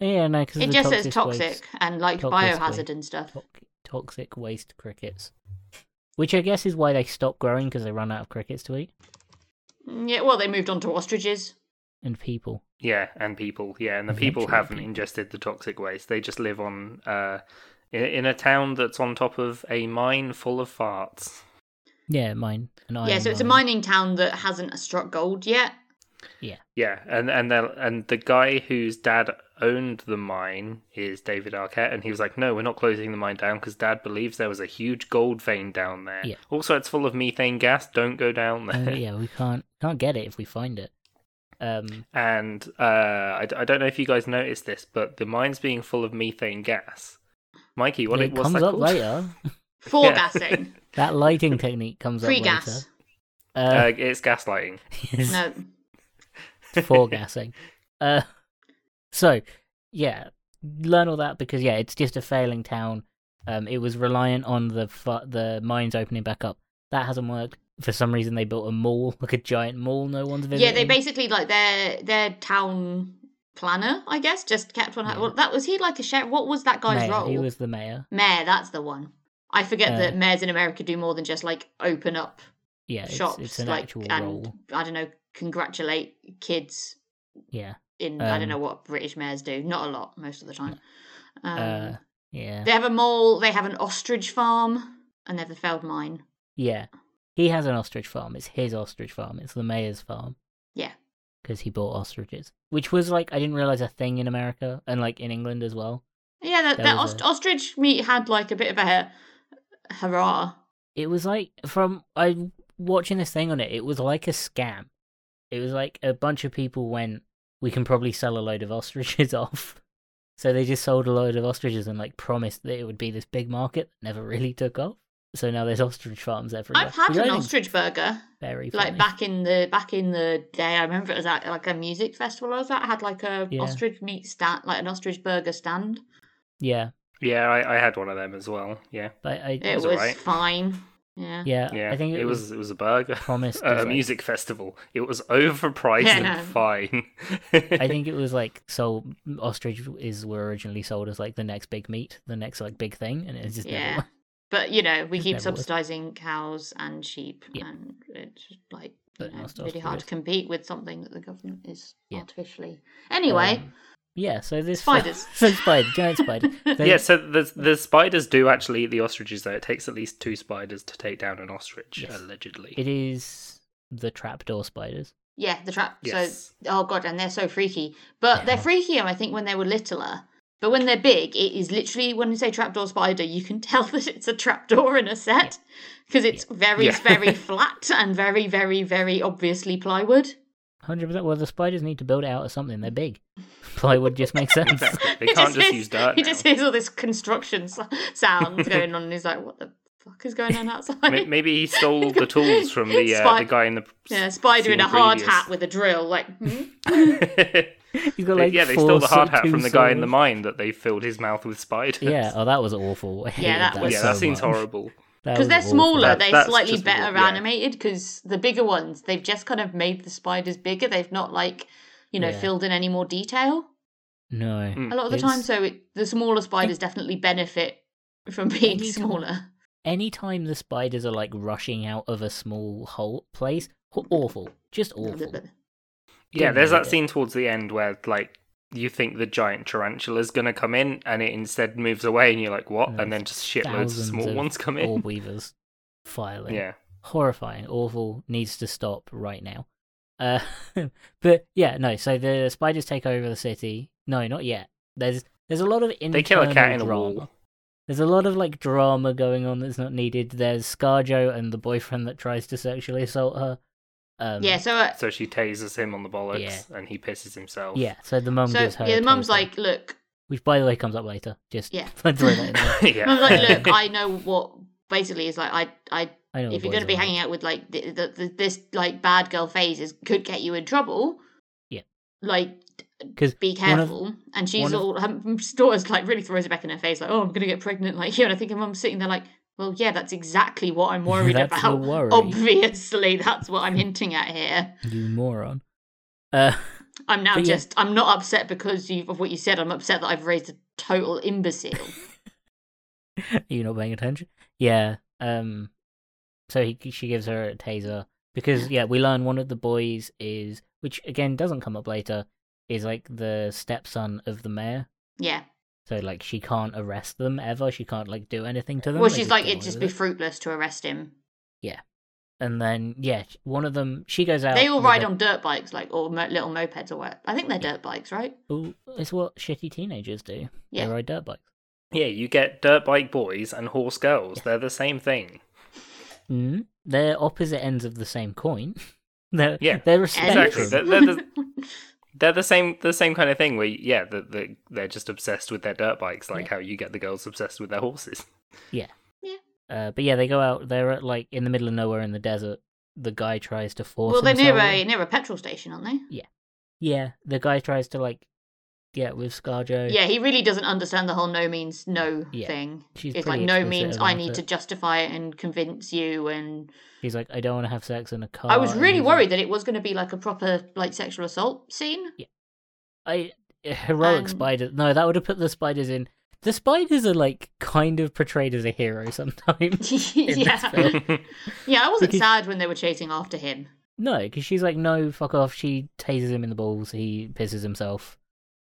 [SPEAKER 2] Yeah, no, because
[SPEAKER 3] It just says toxic and like
[SPEAKER 2] toxic
[SPEAKER 3] biohazard
[SPEAKER 2] waste.
[SPEAKER 3] and stuff.
[SPEAKER 2] toxic waste crickets, which I guess is why they stop growing because they run out of crickets to eat
[SPEAKER 3] Yeah, well, they moved on to ostriches.
[SPEAKER 2] and people.
[SPEAKER 1] [laughs] Yeah, and people. Yeah, and the people
[SPEAKER 2] Eventually
[SPEAKER 1] haven't
[SPEAKER 2] people.
[SPEAKER 1] ingested the toxic waste. They just live on uh, in, in a town that's on top of a mine full of farts.
[SPEAKER 2] Yeah, mine. An
[SPEAKER 3] yeah,
[SPEAKER 2] iron
[SPEAKER 3] so it's a
[SPEAKER 2] mine.
[SPEAKER 3] mining town that hasn't struck gold yet.
[SPEAKER 1] Yeah, and and the and the guy whose dad owned the mine is David Arquette, and he was like, "No, we're not closing the mine down because Dad believes there was a huge gold vein down there.
[SPEAKER 2] Yeah.
[SPEAKER 1] Also, it's full of methane gas. Don't go down there."
[SPEAKER 3] [laughs]
[SPEAKER 2] Oh, yeah, we can't can't get it if we find it. Um,
[SPEAKER 1] And uh, I, d- I don't know if you guys noticed this, but the mine's being full of methane gas. Mikey, what
[SPEAKER 2] it
[SPEAKER 1] it, what's
[SPEAKER 2] comes
[SPEAKER 1] that
[SPEAKER 2] up
[SPEAKER 1] called?
[SPEAKER 2] later. [laughs]
[SPEAKER 3] Foregassing.
[SPEAKER 2] That lighting technique comes up
[SPEAKER 3] Free
[SPEAKER 2] later.
[SPEAKER 3] gas.
[SPEAKER 1] [laughs]
[SPEAKER 2] Uh, [laughs]
[SPEAKER 1] Uh, it's gaslighting.
[SPEAKER 3] No. [laughs]
[SPEAKER 2] for gassing. Uh, so yeah, learn all that because yeah, it's just a failing town. Um, it was reliant on the fu- the mines opening back up. That hasn't worked for some reason. They built a mall, [laughs] like a giant mall. No one's visiting.
[SPEAKER 3] Yeah, they basically like their their town planner, I guess, just kept on.
[SPEAKER 2] Yeah.
[SPEAKER 3] Well, that was he like a sheriff. What was that guy's
[SPEAKER 2] mayor.
[SPEAKER 3] role?
[SPEAKER 2] He was the mayor.
[SPEAKER 3] Mayor, that's the one. I forget
[SPEAKER 2] Uh,
[SPEAKER 3] that mayors in America do more than just like open up
[SPEAKER 2] Yeah, it's,
[SPEAKER 3] shops,
[SPEAKER 2] it's an
[SPEAKER 3] like
[SPEAKER 2] actual
[SPEAKER 3] and
[SPEAKER 2] role.
[SPEAKER 3] I don't know, congratulate kids
[SPEAKER 2] Yeah,
[SPEAKER 3] in I don't
[SPEAKER 2] Um,
[SPEAKER 3] know what British mayors do. Not a lot, most of the time. Um,
[SPEAKER 2] uh, yeah,
[SPEAKER 3] they have a mall. They have an ostrich farm, and they have the failed mine.
[SPEAKER 2] yeah. He has an ostrich farm. It's his ostrich farm. It's the mayor's farm.
[SPEAKER 3] Yeah.
[SPEAKER 2] because he bought ostriches, which was like I didn't realize a thing in America and like in England as well.
[SPEAKER 3] Yeah, that,
[SPEAKER 2] There
[SPEAKER 3] that
[SPEAKER 2] was
[SPEAKER 3] ost-
[SPEAKER 2] a-
[SPEAKER 3] ostrich meat had like a bit of a hurrah.
[SPEAKER 2] it was like from I watching this thing on it. It was like a scam. It was like a bunch of people went, "We can probably sell a load of ostriches [laughs] off." So they just sold a load of ostriches and like promised that it would be this big market. that Never really took off. So now there's ostrich farms everywhere.
[SPEAKER 3] I've had
[SPEAKER 2] which I
[SPEAKER 3] an
[SPEAKER 2] think is
[SPEAKER 3] ostrich burger.
[SPEAKER 2] Very
[SPEAKER 3] Like
[SPEAKER 2] funny.
[SPEAKER 3] back in the back in the day, I remember it was at like a music festival. I was at I had like a
[SPEAKER 2] Yeah.
[SPEAKER 3] ostrich meat stand, like an ostrich burger stand.
[SPEAKER 2] Yeah,
[SPEAKER 1] Yeah, I, I had one of them as well. Yeah,
[SPEAKER 2] but I
[SPEAKER 3] It was
[SPEAKER 1] was alright.
[SPEAKER 3] fine. Yeah.
[SPEAKER 2] yeah,
[SPEAKER 1] yeah.
[SPEAKER 2] Uh, I think
[SPEAKER 1] it was it was a burger.
[SPEAKER 2] promised
[SPEAKER 1] at [laughs]
[SPEAKER 2] as,
[SPEAKER 1] a
[SPEAKER 2] like-
[SPEAKER 1] music festival. It was overpriced
[SPEAKER 3] Yeah.
[SPEAKER 1] and fine. [laughs]
[SPEAKER 2] I think it was like sold. Ostrich is were originally sold as like the next big meat, the next like big thing, and it's just never
[SPEAKER 3] Yeah.
[SPEAKER 2] worked.
[SPEAKER 3] But you know, we
[SPEAKER 2] Just never
[SPEAKER 3] keep
[SPEAKER 2] was.
[SPEAKER 3] subsidizing cows and sheep,
[SPEAKER 2] Yeah.
[SPEAKER 3] and it's just, like you
[SPEAKER 2] But
[SPEAKER 3] know,
[SPEAKER 2] not
[SPEAKER 3] really hard
[SPEAKER 2] ostriches.
[SPEAKER 3] to compete with something that the government is
[SPEAKER 2] Yeah.
[SPEAKER 3] artificially. Anyway,
[SPEAKER 2] Um, yeah, so this
[SPEAKER 3] Spiders.
[SPEAKER 2] [laughs] so spider, giant
[SPEAKER 3] [laughs]
[SPEAKER 2] spider. They-
[SPEAKER 1] yeah, so the the spiders do actually eat the ostriches though. It takes at least two spiders to take down an ostrich,
[SPEAKER 2] Yes.
[SPEAKER 1] allegedly. [laughs]
[SPEAKER 2] It is the trapdoor spiders.
[SPEAKER 3] yeah, the trap.
[SPEAKER 1] Yes.
[SPEAKER 3] So oh god, and they're so freaky. But
[SPEAKER 2] They
[SPEAKER 3] they're
[SPEAKER 2] are.
[SPEAKER 3] freakier, I think, when they were littler. But when they're big, it is literally when you say trapdoor spider, you can [laughs] tell that it's a trapdoor in a set because it's very,
[SPEAKER 1] Yeah.
[SPEAKER 3] very
[SPEAKER 1] [laughs]
[SPEAKER 3] flat and very, very, very obviously plywood.
[SPEAKER 2] Hundred percent. Well, the spiders need to build it out of something. They're big. [laughs] Plywood just
[SPEAKER 1] [laughs]
[SPEAKER 2] makes sense. [laughs]
[SPEAKER 1] They can't just,
[SPEAKER 3] hears-
[SPEAKER 1] use dirt.
[SPEAKER 3] He
[SPEAKER 1] now.
[SPEAKER 3] just hears all this construction so-
[SPEAKER 1] [laughs]
[SPEAKER 3] sounds going on, and he's like, "What the fuck is going on outside?"
[SPEAKER 1] Ma- Maybe he stole the tools from the uh,
[SPEAKER 3] Spy-
[SPEAKER 1] the guy in the
[SPEAKER 3] yeah, spider in a
[SPEAKER 1] seen
[SPEAKER 3] hard
[SPEAKER 1] previous.
[SPEAKER 3] hat with a drill. Like, hmm?
[SPEAKER 1] [laughs]
[SPEAKER 2] He's got like
[SPEAKER 1] yeah, they
[SPEAKER 2] four
[SPEAKER 1] stole the hard
[SPEAKER 2] sw-
[SPEAKER 1] hat
[SPEAKER 2] two
[SPEAKER 1] from the guy in the
[SPEAKER 2] swords.
[SPEAKER 1] mine that they filled his mouth with spiders.
[SPEAKER 2] Yeah.
[SPEAKER 1] [laughs]
[SPEAKER 2] Oh, that was awful. I hated
[SPEAKER 3] that was-
[SPEAKER 1] yeah,
[SPEAKER 2] so
[SPEAKER 1] that seems
[SPEAKER 2] much.
[SPEAKER 1] horrible.
[SPEAKER 2] That
[SPEAKER 3] because
[SPEAKER 2] was
[SPEAKER 3] they're
[SPEAKER 2] awful.
[SPEAKER 3] smaller,
[SPEAKER 1] That-
[SPEAKER 3] they're
[SPEAKER 1] that's
[SPEAKER 3] slightly
[SPEAKER 1] just what-
[SPEAKER 3] better
[SPEAKER 1] yeah.
[SPEAKER 3] animated. Because the bigger ones, they've just kind of made the spiders bigger. They've not like you know
[SPEAKER 2] Yeah.
[SPEAKER 3] filled in any more detail
[SPEAKER 2] No.
[SPEAKER 1] Mm.
[SPEAKER 3] a lot of the time.
[SPEAKER 2] It's-
[SPEAKER 3] So it, the smaller spiders definitely benefit from being
[SPEAKER 2] Anytime.
[SPEAKER 3] smaller.
[SPEAKER 2] Anytime the spiders are like rushing out of a small hole place, aw- awful. Just
[SPEAKER 3] [laughs]
[SPEAKER 2] awful.
[SPEAKER 1] Yeah,
[SPEAKER 2] Didn't
[SPEAKER 1] there's
[SPEAKER 2] need
[SPEAKER 1] that
[SPEAKER 2] it.
[SPEAKER 1] scene towards the end where like you think the giant tarantula's gonna come in and it instead moves away and you're like, what?
[SPEAKER 2] And
[SPEAKER 1] And, then just shitloads of
[SPEAKER 2] Thousands
[SPEAKER 1] small ones come in.
[SPEAKER 2] Orb weavers
[SPEAKER 1] [laughs]
[SPEAKER 2] filing.
[SPEAKER 1] Yeah.
[SPEAKER 2] horrifying, awful, needs to stop right now. Uh, [laughs] but yeah, no. So the spiders take over the city. No, not yet. There's there's a lot of internal
[SPEAKER 1] They kill a cat in a
[SPEAKER 2] drama.
[SPEAKER 1] wall.
[SPEAKER 2] There's a lot of like drama going on that's not needed. There's Scarjo and the boyfriend that tries to sexually assault her. Um,
[SPEAKER 3] yeah, so uh,
[SPEAKER 1] So she tases him on the bollocks and he pisses himself.
[SPEAKER 2] Yeah. So the mum
[SPEAKER 3] so
[SPEAKER 2] gives her.
[SPEAKER 3] yeah,
[SPEAKER 2] a
[SPEAKER 3] the mum's
[SPEAKER 2] taser,
[SPEAKER 3] like, look,
[SPEAKER 2] which by the way comes up later. Just [laughs]
[SPEAKER 3] Yeah.
[SPEAKER 2] throw that in there.
[SPEAKER 1] [laughs] yeah.
[SPEAKER 3] I was like,
[SPEAKER 1] [laughs]
[SPEAKER 2] [laughs]
[SPEAKER 3] look, I know what basically is like. I, I,
[SPEAKER 2] I know.
[SPEAKER 3] [laughs] if you're going to be hanging out with like the, the, the, this like bad girl phase is could get you in trouble.
[SPEAKER 2] Yeah.
[SPEAKER 3] Like,
[SPEAKER 2] Because
[SPEAKER 3] be careful. and she's
[SPEAKER 2] one of-
[SPEAKER 3] all, her daughter's like really throws it back in her face, like, oh, I'm going to get pregnant, like [laughs] you. And I think her mum's sitting there like, well, yeah, that's exactly what
[SPEAKER 2] [laughs]
[SPEAKER 3] I'm worried
[SPEAKER 2] That's the
[SPEAKER 3] [laughs] about. Oh.
[SPEAKER 2] worry.
[SPEAKER 3] Obviously, that's what
[SPEAKER 2] [laughs]
[SPEAKER 3] I'm hinting at here.
[SPEAKER 2] you moron. Uh,
[SPEAKER 3] I'm now
[SPEAKER 2] But yeah.
[SPEAKER 3] just, I'm not upset because you, of what you said. I'm upset that I've raised a total
[SPEAKER 2] [laughs]
[SPEAKER 3] imbecile.
[SPEAKER 2] Are you not paying attention? Yeah. Um. So he she gives her a taser because yeah we learn one of the boys is which again doesn't come up later is like the stepson of the mayor.
[SPEAKER 3] yeah.
[SPEAKER 2] So like she can't arrest them ever. She can't like do anything to them.
[SPEAKER 3] Well,
[SPEAKER 2] They
[SPEAKER 3] she's
[SPEAKER 2] just
[SPEAKER 3] like,
[SPEAKER 2] get
[SPEAKER 3] it'd
[SPEAKER 2] away
[SPEAKER 3] just
[SPEAKER 2] with
[SPEAKER 3] be
[SPEAKER 2] it.
[SPEAKER 3] fruitless to arrest him.
[SPEAKER 2] And then yeah, one of them she goes out.
[SPEAKER 3] They all
[SPEAKER 2] with
[SPEAKER 3] ride
[SPEAKER 2] a-
[SPEAKER 3] on dirt bikes, like or mo- little mopeds or what. I think they're dirt bikes, right?
[SPEAKER 2] Ooh, it's what shitty teenagers do.
[SPEAKER 3] Yeah.
[SPEAKER 2] They ride dirt bikes.
[SPEAKER 1] Yeah, you get dirt bike boys and horse girls. They're the same thing.
[SPEAKER 2] Mm, they're opposite ends of the same coin. [laughs] they're,
[SPEAKER 1] Yeah,
[SPEAKER 2] they're a
[SPEAKER 1] Exactly.
[SPEAKER 2] spectrum.
[SPEAKER 1] They're, they're
[SPEAKER 3] [laughs]
[SPEAKER 1] the, they're the same the same kind of thing where yeah, the, the, they're just obsessed with their dirt bikes, like
[SPEAKER 2] Yeah.
[SPEAKER 1] how you get the girls obsessed with their horses. [laughs]
[SPEAKER 2] Uh, but yeah, they go out. They're at, like in the middle of nowhere in the desert. The guy tries to force.
[SPEAKER 3] well, they're near
[SPEAKER 2] himself-
[SPEAKER 3] a near a petrol station, aren't they?
[SPEAKER 2] Yeah, the guy tries to like get with Scarjo.
[SPEAKER 3] Yeah, he really doesn't understand the whole no means no
[SPEAKER 2] Yeah.
[SPEAKER 3] thing.
[SPEAKER 2] She's
[SPEAKER 3] it's like
[SPEAKER 2] pretty
[SPEAKER 3] no
[SPEAKER 2] explicit
[SPEAKER 3] means I
[SPEAKER 2] about
[SPEAKER 3] need
[SPEAKER 2] it.
[SPEAKER 3] to justify it and convince you. And
[SPEAKER 2] He's like, I don't want to have sex in a car.
[SPEAKER 3] I was
[SPEAKER 2] and
[SPEAKER 3] really
[SPEAKER 2] he's
[SPEAKER 3] worried that it was going to be like a proper like sexual assault scene. [laughs]
[SPEAKER 2] Like, I eh, heroic
[SPEAKER 3] Um,
[SPEAKER 2] spiders. No, that would have put the spiders in. The spiders are like kind of portrayed as a hero [laughs] sometimes. In this
[SPEAKER 3] yeah,
[SPEAKER 2] film.
[SPEAKER 3] [laughs] yeah. I wasn't
[SPEAKER 2] Because-
[SPEAKER 3] sad when they were chasing after him,
[SPEAKER 2] no, because she's like, no, fuck off. She tases him in the balls. He pisses himself.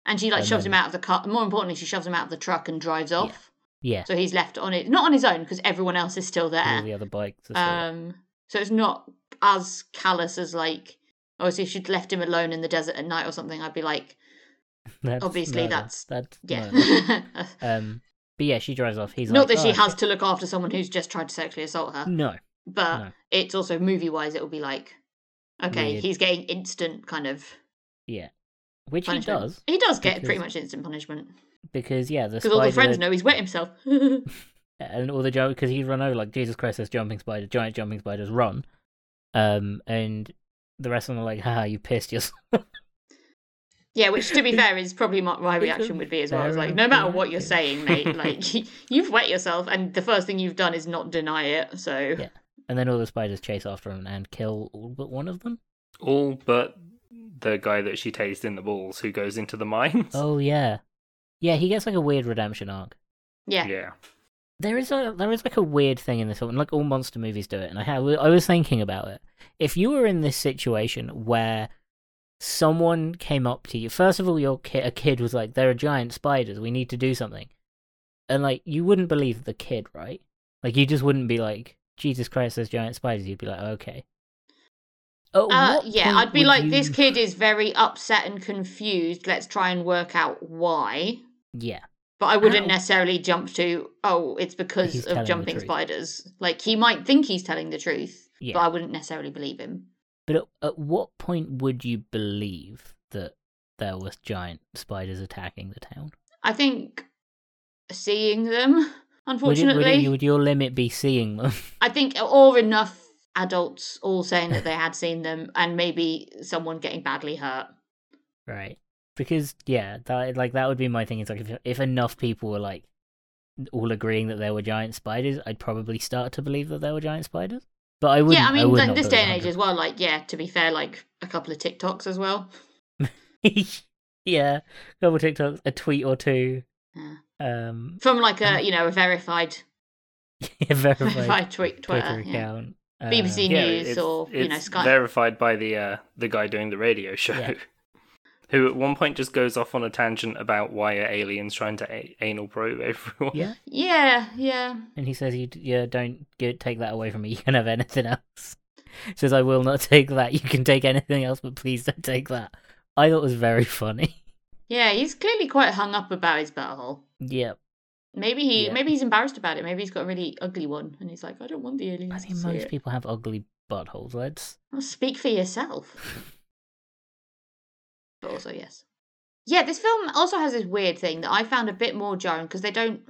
[SPEAKER 3] and she like
[SPEAKER 2] And
[SPEAKER 3] shoves
[SPEAKER 2] then-
[SPEAKER 3] him out of the car. More importantly, she shoves him out of the truck and drives off.
[SPEAKER 2] Yeah,
[SPEAKER 3] So he's left on it, not on his own because everyone else is still there.
[SPEAKER 2] with all the other bikes. are still there.
[SPEAKER 3] Um, so it's not as callous as like obviously if she'd left him alone in the desert at night or something, I'd be like,
[SPEAKER 2] [laughs] That's
[SPEAKER 3] Uh, obviously
[SPEAKER 2] murder.
[SPEAKER 3] that's-
[SPEAKER 2] that's
[SPEAKER 3] yeah.
[SPEAKER 2] murder.
[SPEAKER 3] [laughs]
[SPEAKER 2] Um, but yeah, she drives off. He's
[SPEAKER 3] not
[SPEAKER 2] like,
[SPEAKER 3] that she
[SPEAKER 2] "Oh,
[SPEAKER 3] has to look after someone who's just tried to sexually assault her,
[SPEAKER 2] No,
[SPEAKER 3] but
[SPEAKER 2] no.
[SPEAKER 3] it's also movie wise, it will be like, okay,
[SPEAKER 2] Weird.
[SPEAKER 3] he's getting instant kind of
[SPEAKER 2] which he
[SPEAKER 3] punishment.
[SPEAKER 2] does
[SPEAKER 3] He does get pretty
[SPEAKER 2] because-
[SPEAKER 3] much instant punishment
[SPEAKER 2] because yeah, the
[SPEAKER 3] because
[SPEAKER 2] spider
[SPEAKER 3] all the friends know he's wet himself. [laughs]
[SPEAKER 2] and all the giant because he's run over like Jesus Christ, this jumping spider, giant jumping spiders run, um, and the rest of them are like, haha, you pissed yourself. [laughs]
[SPEAKER 3] yeah, which to be fair is probably not my
[SPEAKER 2] It's a
[SPEAKER 3] reaction would be as well. I was
[SPEAKER 2] fair
[SPEAKER 3] like, no matter what you're
[SPEAKER 2] reaction.
[SPEAKER 3] saying, mate, like
[SPEAKER 2] [laughs]
[SPEAKER 3] [laughs] you've wet yourself, and the first thing you've done is not deny it. So
[SPEAKER 2] Yeah. And then all the spiders chase after him and kill all but one of them.
[SPEAKER 1] All but the guy that she tased in the balls who goes into the mines.
[SPEAKER 2] Oh yeah, yeah, he gets like a weird redemption arc.
[SPEAKER 3] yeah.
[SPEAKER 1] Yeah.
[SPEAKER 2] There is a there is like a weird thing in this film, and like all monster movies do it. And I have, I was thinking about it. If you were in this situation where someone came up to you, first of all, your ki- a kid was like, "There are giant spiders. We need to do something," and like you wouldn't believe the kid, right? Like you just wouldn't be like, "Jesus Christ, there's giant spiders." You'd be like, "Okay." Oh
[SPEAKER 3] Uh, yeah, I'd be like, this kid is very upset and confused. Let's try and work out why.
[SPEAKER 2] Yeah,
[SPEAKER 3] But I wouldn't
[SPEAKER 2] Ow.
[SPEAKER 3] necessarily jump to, oh, it's because
[SPEAKER 2] He's telling
[SPEAKER 3] of
[SPEAKER 2] the
[SPEAKER 3] jumping
[SPEAKER 2] truth.
[SPEAKER 3] spiders. Like, he might think he's telling the truth,
[SPEAKER 2] yeah.
[SPEAKER 3] but I wouldn't necessarily believe him.
[SPEAKER 2] But at, at what point would you believe that there was giant spiders attacking the town?
[SPEAKER 3] I think seeing them, [laughs]
[SPEAKER 2] Would, it,
[SPEAKER 3] unfortunately,
[SPEAKER 2] would, it, would your limit be seeing them? [laughs]
[SPEAKER 3] I think, or enough adults all saying that they had seen them, and maybe someone getting badly hurt.
[SPEAKER 2] right. Because yeah, that like that would be my thing. It's like if if enough people were like all agreeing that there were giant spiders, I'd probably start to believe that there were giant spiders. But I wouldn't.
[SPEAKER 3] yeah, I mean,
[SPEAKER 2] would
[SPEAKER 3] like,
[SPEAKER 2] not
[SPEAKER 3] this
[SPEAKER 2] believe
[SPEAKER 3] day and age as well, like, yeah, to be fair, like, a couple of TikToks as well.
[SPEAKER 2] 100. [laughs] yeah, couple TikToks, a tweet or two.
[SPEAKER 3] Yeah.
[SPEAKER 2] Um, [laughs]
[SPEAKER 3] From, like, a, you know, a verified
[SPEAKER 2] verified
[SPEAKER 3] [laughs] verified tweet,
[SPEAKER 2] Twitter
[SPEAKER 3] Twitter, yeah.
[SPEAKER 2] account.
[SPEAKER 3] BBC
[SPEAKER 2] Um,
[SPEAKER 1] yeah,
[SPEAKER 3] News
[SPEAKER 1] it's,
[SPEAKER 3] or, you know,
[SPEAKER 1] it's
[SPEAKER 3] Sky.
[SPEAKER 1] verified by the uh, the guy doing the radio show,
[SPEAKER 2] Yeah.
[SPEAKER 1] [laughs] who at one point just goes off on a tangent about why are aliens trying to a- anal probe everyone.
[SPEAKER 2] yeah.
[SPEAKER 3] Yeah, yeah.
[SPEAKER 2] And he says, "You d- yeah, don't give, take that away from me. [laughs] You can have anything else." says, "I will not take that. You can take anything else, but please don't take that." I thought it was very [laughs] funny.
[SPEAKER 3] Yeah, he's clearly quite hung up about his butthole.
[SPEAKER 2] yeah,
[SPEAKER 3] Maybe he
[SPEAKER 2] Yeah.
[SPEAKER 3] maybe he's embarrassed about it. Maybe he's got a really ugly one and he's like, I don't want the aliens
[SPEAKER 2] I
[SPEAKER 3] to
[SPEAKER 2] think
[SPEAKER 3] see
[SPEAKER 2] most
[SPEAKER 3] it.
[SPEAKER 2] people have ugly buttholes. Let's.
[SPEAKER 3] Well, speak for yourself. [laughs] but also, yes. Yeah, this film also has this weird thing that I found a bit more jarring because they don't.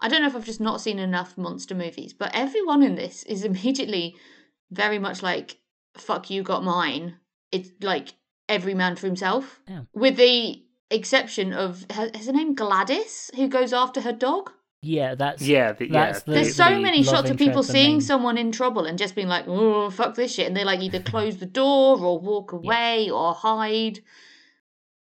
[SPEAKER 3] I don't know if I've just not seen enough monster movies, but everyone in this [laughs] is immediately very much like, fuck, you got mine. It's like every man for himself,
[SPEAKER 2] Yeah.
[SPEAKER 3] with the exception of her, is her name Gladys, who goes after her dog.
[SPEAKER 2] Yeah,
[SPEAKER 1] [laughs]
[SPEAKER 2] that's
[SPEAKER 1] Yeah, the, yeah.
[SPEAKER 2] That's the-
[SPEAKER 1] the-
[SPEAKER 3] There's so
[SPEAKER 2] the
[SPEAKER 3] many
[SPEAKER 2] love
[SPEAKER 3] shots of
[SPEAKER 2] interest
[SPEAKER 3] people
[SPEAKER 2] and
[SPEAKER 3] seeing
[SPEAKER 2] main-
[SPEAKER 3] someone in trouble and just being like, "Oh, fuck this shit," and they like either close the door or walk away or hide.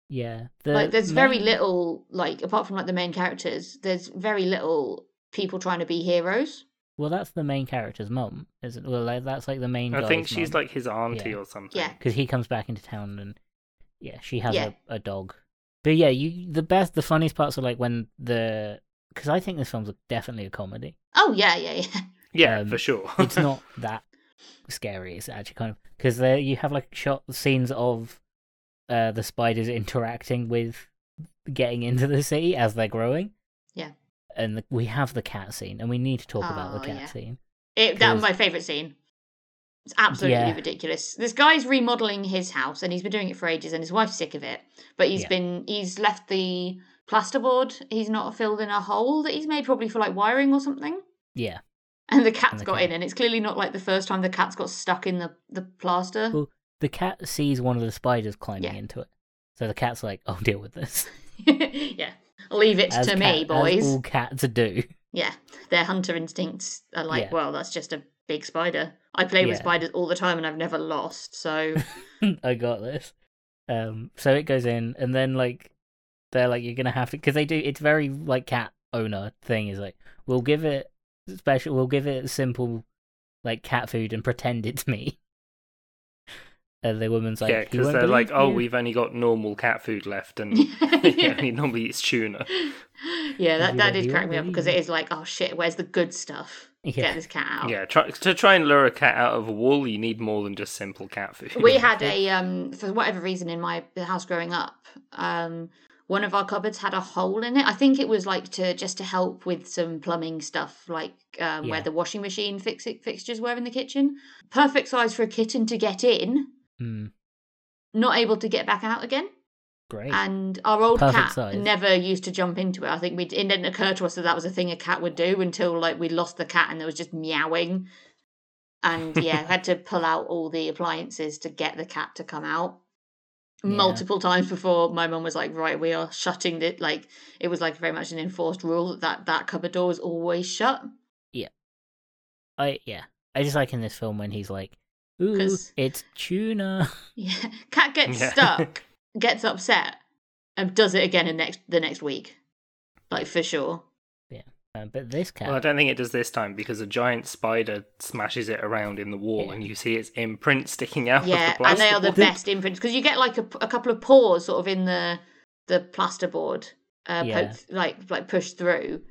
[SPEAKER 2] yeah. The
[SPEAKER 3] like, there's very
[SPEAKER 2] main-
[SPEAKER 3] little like apart from like the main characters. There's very little people trying to be heroes.
[SPEAKER 2] Well, that's the main character's mum, isn't? Well, like, that's like the main.
[SPEAKER 1] I
[SPEAKER 2] guy's
[SPEAKER 1] think she's
[SPEAKER 2] mum.
[SPEAKER 1] like his auntie
[SPEAKER 2] Yeah.
[SPEAKER 1] or something.
[SPEAKER 3] Yeah.
[SPEAKER 2] because he comes back into town and yeah, she has
[SPEAKER 3] Yeah.
[SPEAKER 2] A, a dog. But yeah, you the best, the funniest parts are like when the because I think this film's definitely a comedy.
[SPEAKER 3] Oh yeah, yeah, yeah. [laughs]
[SPEAKER 1] Yeah,
[SPEAKER 2] Um,
[SPEAKER 1] for sure.
[SPEAKER 2] it's
[SPEAKER 1] [laughs]
[SPEAKER 2] not that scary. It's actually kind of because there you have like shot scenes of uh, the spiders interacting with getting into the city as they're growing.
[SPEAKER 3] Yeah.
[SPEAKER 2] and the, we have the cat scene, and we need to talk about the
[SPEAKER 3] Oh,
[SPEAKER 2] cat
[SPEAKER 3] yeah.
[SPEAKER 2] scene.
[SPEAKER 3] It, that was
[SPEAKER 2] 'Cause-
[SPEAKER 3] my favorite scene. It's absolutely
[SPEAKER 2] Yeah.
[SPEAKER 3] ridiculous. This guy's remodeling his house, and he's been doing it for ages, and his wife's sick of it. But he's
[SPEAKER 2] Yeah.
[SPEAKER 3] been he's left the plasterboard. He's not filled in a hole that he's made, probably for like wiring or something.
[SPEAKER 2] Yeah,
[SPEAKER 3] And the cat's
[SPEAKER 2] the
[SPEAKER 3] got
[SPEAKER 2] cat.
[SPEAKER 3] in, and it's clearly not like the first time the cat's got stuck in the the plaster.
[SPEAKER 2] Well, the cat sees one of the spiders climbing
[SPEAKER 3] Yeah.
[SPEAKER 2] into it, so the cat's like, "I'll deal with this."
[SPEAKER 3] [laughs] yeah, leave it
[SPEAKER 2] As
[SPEAKER 3] to
[SPEAKER 2] cat-
[SPEAKER 3] me,
[SPEAKER 2] as
[SPEAKER 3] boys.
[SPEAKER 2] all cats do.
[SPEAKER 3] Yeah, their hunter instincts are like,
[SPEAKER 2] Yeah.
[SPEAKER 3] well, that's just a big spider. I play with
[SPEAKER 2] Yeah.
[SPEAKER 3] spiders all the time, and I've never lost.
[SPEAKER 2] [laughs]
[SPEAKER 3] So [laughs]
[SPEAKER 2] I got this. Um, so it goes in, and then like they're like, you're gonna have to because they do. It's very like cat owner thing is like, we'll give it special, we'll give it simple like cat food and pretend it's me. [laughs] And the woman's like,
[SPEAKER 1] yeah,
[SPEAKER 2] "You
[SPEAKER 1] because
[SPEAKER 2] won't
[SPEAKER 1] they're like,
[SPEAKER 2] believe
[SPEAKER 1] oh,
[SPEAKER 2] you."
[SPEAKER 1] we've only got normal cat food left,
[SPEAKER 2] [laughs]
[SPEAKER 1] and [laughs]
[SPEAKER 3] Yeah.
[SPEAKER 1] I mean, normally it's tuna.
[SPEAKER 3] yeah, that,
[SPEAKER 2] you
[SPEAKER 3] that
[SPEAKER 2] don't-
[SPEAKER 3] did
[SPEAKER 2] you
[SPEAKER 3] crack
[SPEAKER 2] won't
[SPEAKER 3] me up because it
[SPEAKER 2] believe
[SPEAKER 3] is like, oh shit, where's the good stuff?
[SPEAKER 2] [laughs] Yeah.
[SPEAKER 3] Get this cat out.
[SPEAKER 1] Yeah, try, to try and lure a cat out of a wall, you need more than just simple cat food.
[SPEAKER 3] We
[SPEAKER 1] [laughs]
[SPEAKER 3] had a um for whatever reason in my house growing up, um one of our cupboards had a hole in it. I think it was like to just to help with some plumbing stuff, like um, where
[SPEAKER 2] Yeah.
[SPEAKER 3] the washing machine fix- fixtures were in the kitchen. Perfect size for a kitten to get in,
[SPEAKER 2] Mm,
[SPEAKER 3] not able to get back out again.
[SPEAKER 2] great.
[SPEAKER 3] And our old
[SPEAKER 2] Perfect
[SPEAKER 3] cat
[SPEAKER 2] size.
[SPEAKER 3] never used to jump into it. I think we it didn't occur to us that that was a thing a cat would do until like we lost the cat and there was just meowing.
[SPEAKER 2] [laughs]
[SPEAKER 3] And yeah, had to pull out all the appliances to get the cat to come out
[SPEAKER 2] Yeah.
[SPEAKER 3] multiple times before my mum was like, "Right, we are shutting it." Like it was like very much an enforced rule that that, that cupboard door was always shut. [laughs]
[SPEAKER 2] I yeah, I just like in this film when he's like, ooh,
[SPEAKER 3] 'Cause-
[SPEAKER 2] it's tuna. [laughs]
[SPEAKER 3] Yeah, cat gets
[SPEAKER 1] Yeah.
[SPEAKER 3] stuck, gets upset, and does it again in next the next week, like for sure.
[SPEAKER 2] Uh, but this cat,
[SPEAKER 1] Well, I don't think it does this time because a giant spider smashes it around in the wall,
[SPEAKER 2] Yeah.
[SPEAKER 1] and you see its imprint sticking out
[SPEAKER 3] yeah,
[SPEAKER 1] of the
[SPEAKER 3] and
[SPEAKER 1] plastic.
[SPEAKER 3] they are the
[SPEAKER 1] wall.
[SPEAKER 3] best imprints because you get like a, p- a couple of paws sort of in the the plasterboard, uh,
[SPEAKER 2] Yeah.
[SPEAKER 3] poked, like like pushed through,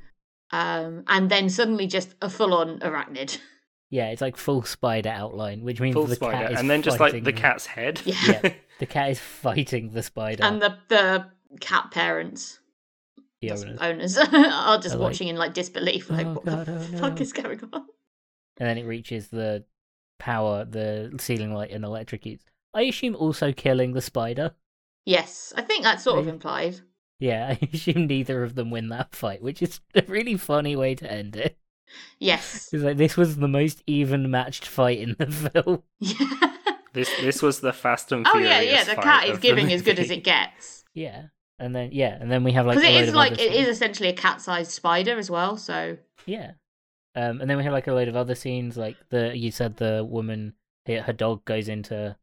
[SPEAKER 3] um, and then suddenly just a full on arachnid. [laughs]
[SPEAKER 2] yeah, it's like full spider outline, which means
[SPEAKER 1] Full
[SPEAKER 2] the cat
[SPEAKER 1] spider,
[SPEAKER 2] is
[SPEAKER 1] and then just like
[SPEAKER 2] fighting
[SPEAKER 1] the
[SPEAKER 2] them.
[SPEAKER 1] cat's head.
[SPEAKER 3] Yeah.
[SPEAKER 2] yeah, the cat is fighting the spider.
[SPEAKER 3] and the the cat parents
[SPEAKER 2] the
[SPEAKER 3] that's
[SPEAKER 2] owners.
[SPEAKER 3] owners [laughs] are just
[SPEAKER 2] Are like,
[SPEAKER 3] watching in like disbelief, like
[SPEAKER 2] "Oh
[SPEAKER 3] what
[SPEAKER 2] God,
[SPEAKER 3] the
[SPEAKER 2] oh
[SPEAKER 3] [laughs] fuck
[SPEAKER 2] no."
[SPEAKER 3] is going on?
[SPEAKER 2] and then it reaches the power, the ceiling light, and electrocutes. I assume also killing the spider.
[SPEAKER 3] Yes, I think that's sort of
[SPEAKER 2] Right.
[SPEAKER 3] implied.
[SPEAKER 2] Yeah, [laughs] I assume neither of them win that fight, which is a really funny way to end it. [laughs]
[SPEAKER 3] Yes, [laughs]
[SPEAKER 2] It's like this was the most even matched fight in the [laughs] film.
[SPEAKER 3] yeah.
[SPEAKER 1] [laughs] This this was the Fast and
[SPEAKER 3] oh
[SPEAKER 1] Furious.
[SPEAKER 3] yeah, yeah. The
[SPEAKER 1] fight
[SPEAKER 3] cat is
[SPEAKER 1] of the
[SPEAKER 2] [laughs]
[SPEAKER 3] giving as good as
[SPEAKER 1] movie.
[SPEAKER 3] it gets.
[SPEAKER 2] Yeah, and then yeah, and then we have like a
[SPEAKER 3] Because it
[SPEAKER 2] load
[SPEAKER 3] is
[SPEAKER 2] of
[SPEAKER 3] like
[SPEAKER 2] other
[SPEAKER 3] it
[SPEAKER 2] scenes.
[SPEAKER 3] is essentially a cat-sized spider as well. So
[SPEAKER 2] Yeah, um, and then we have like a load of other scenes, like the you said the woman her her dog goes into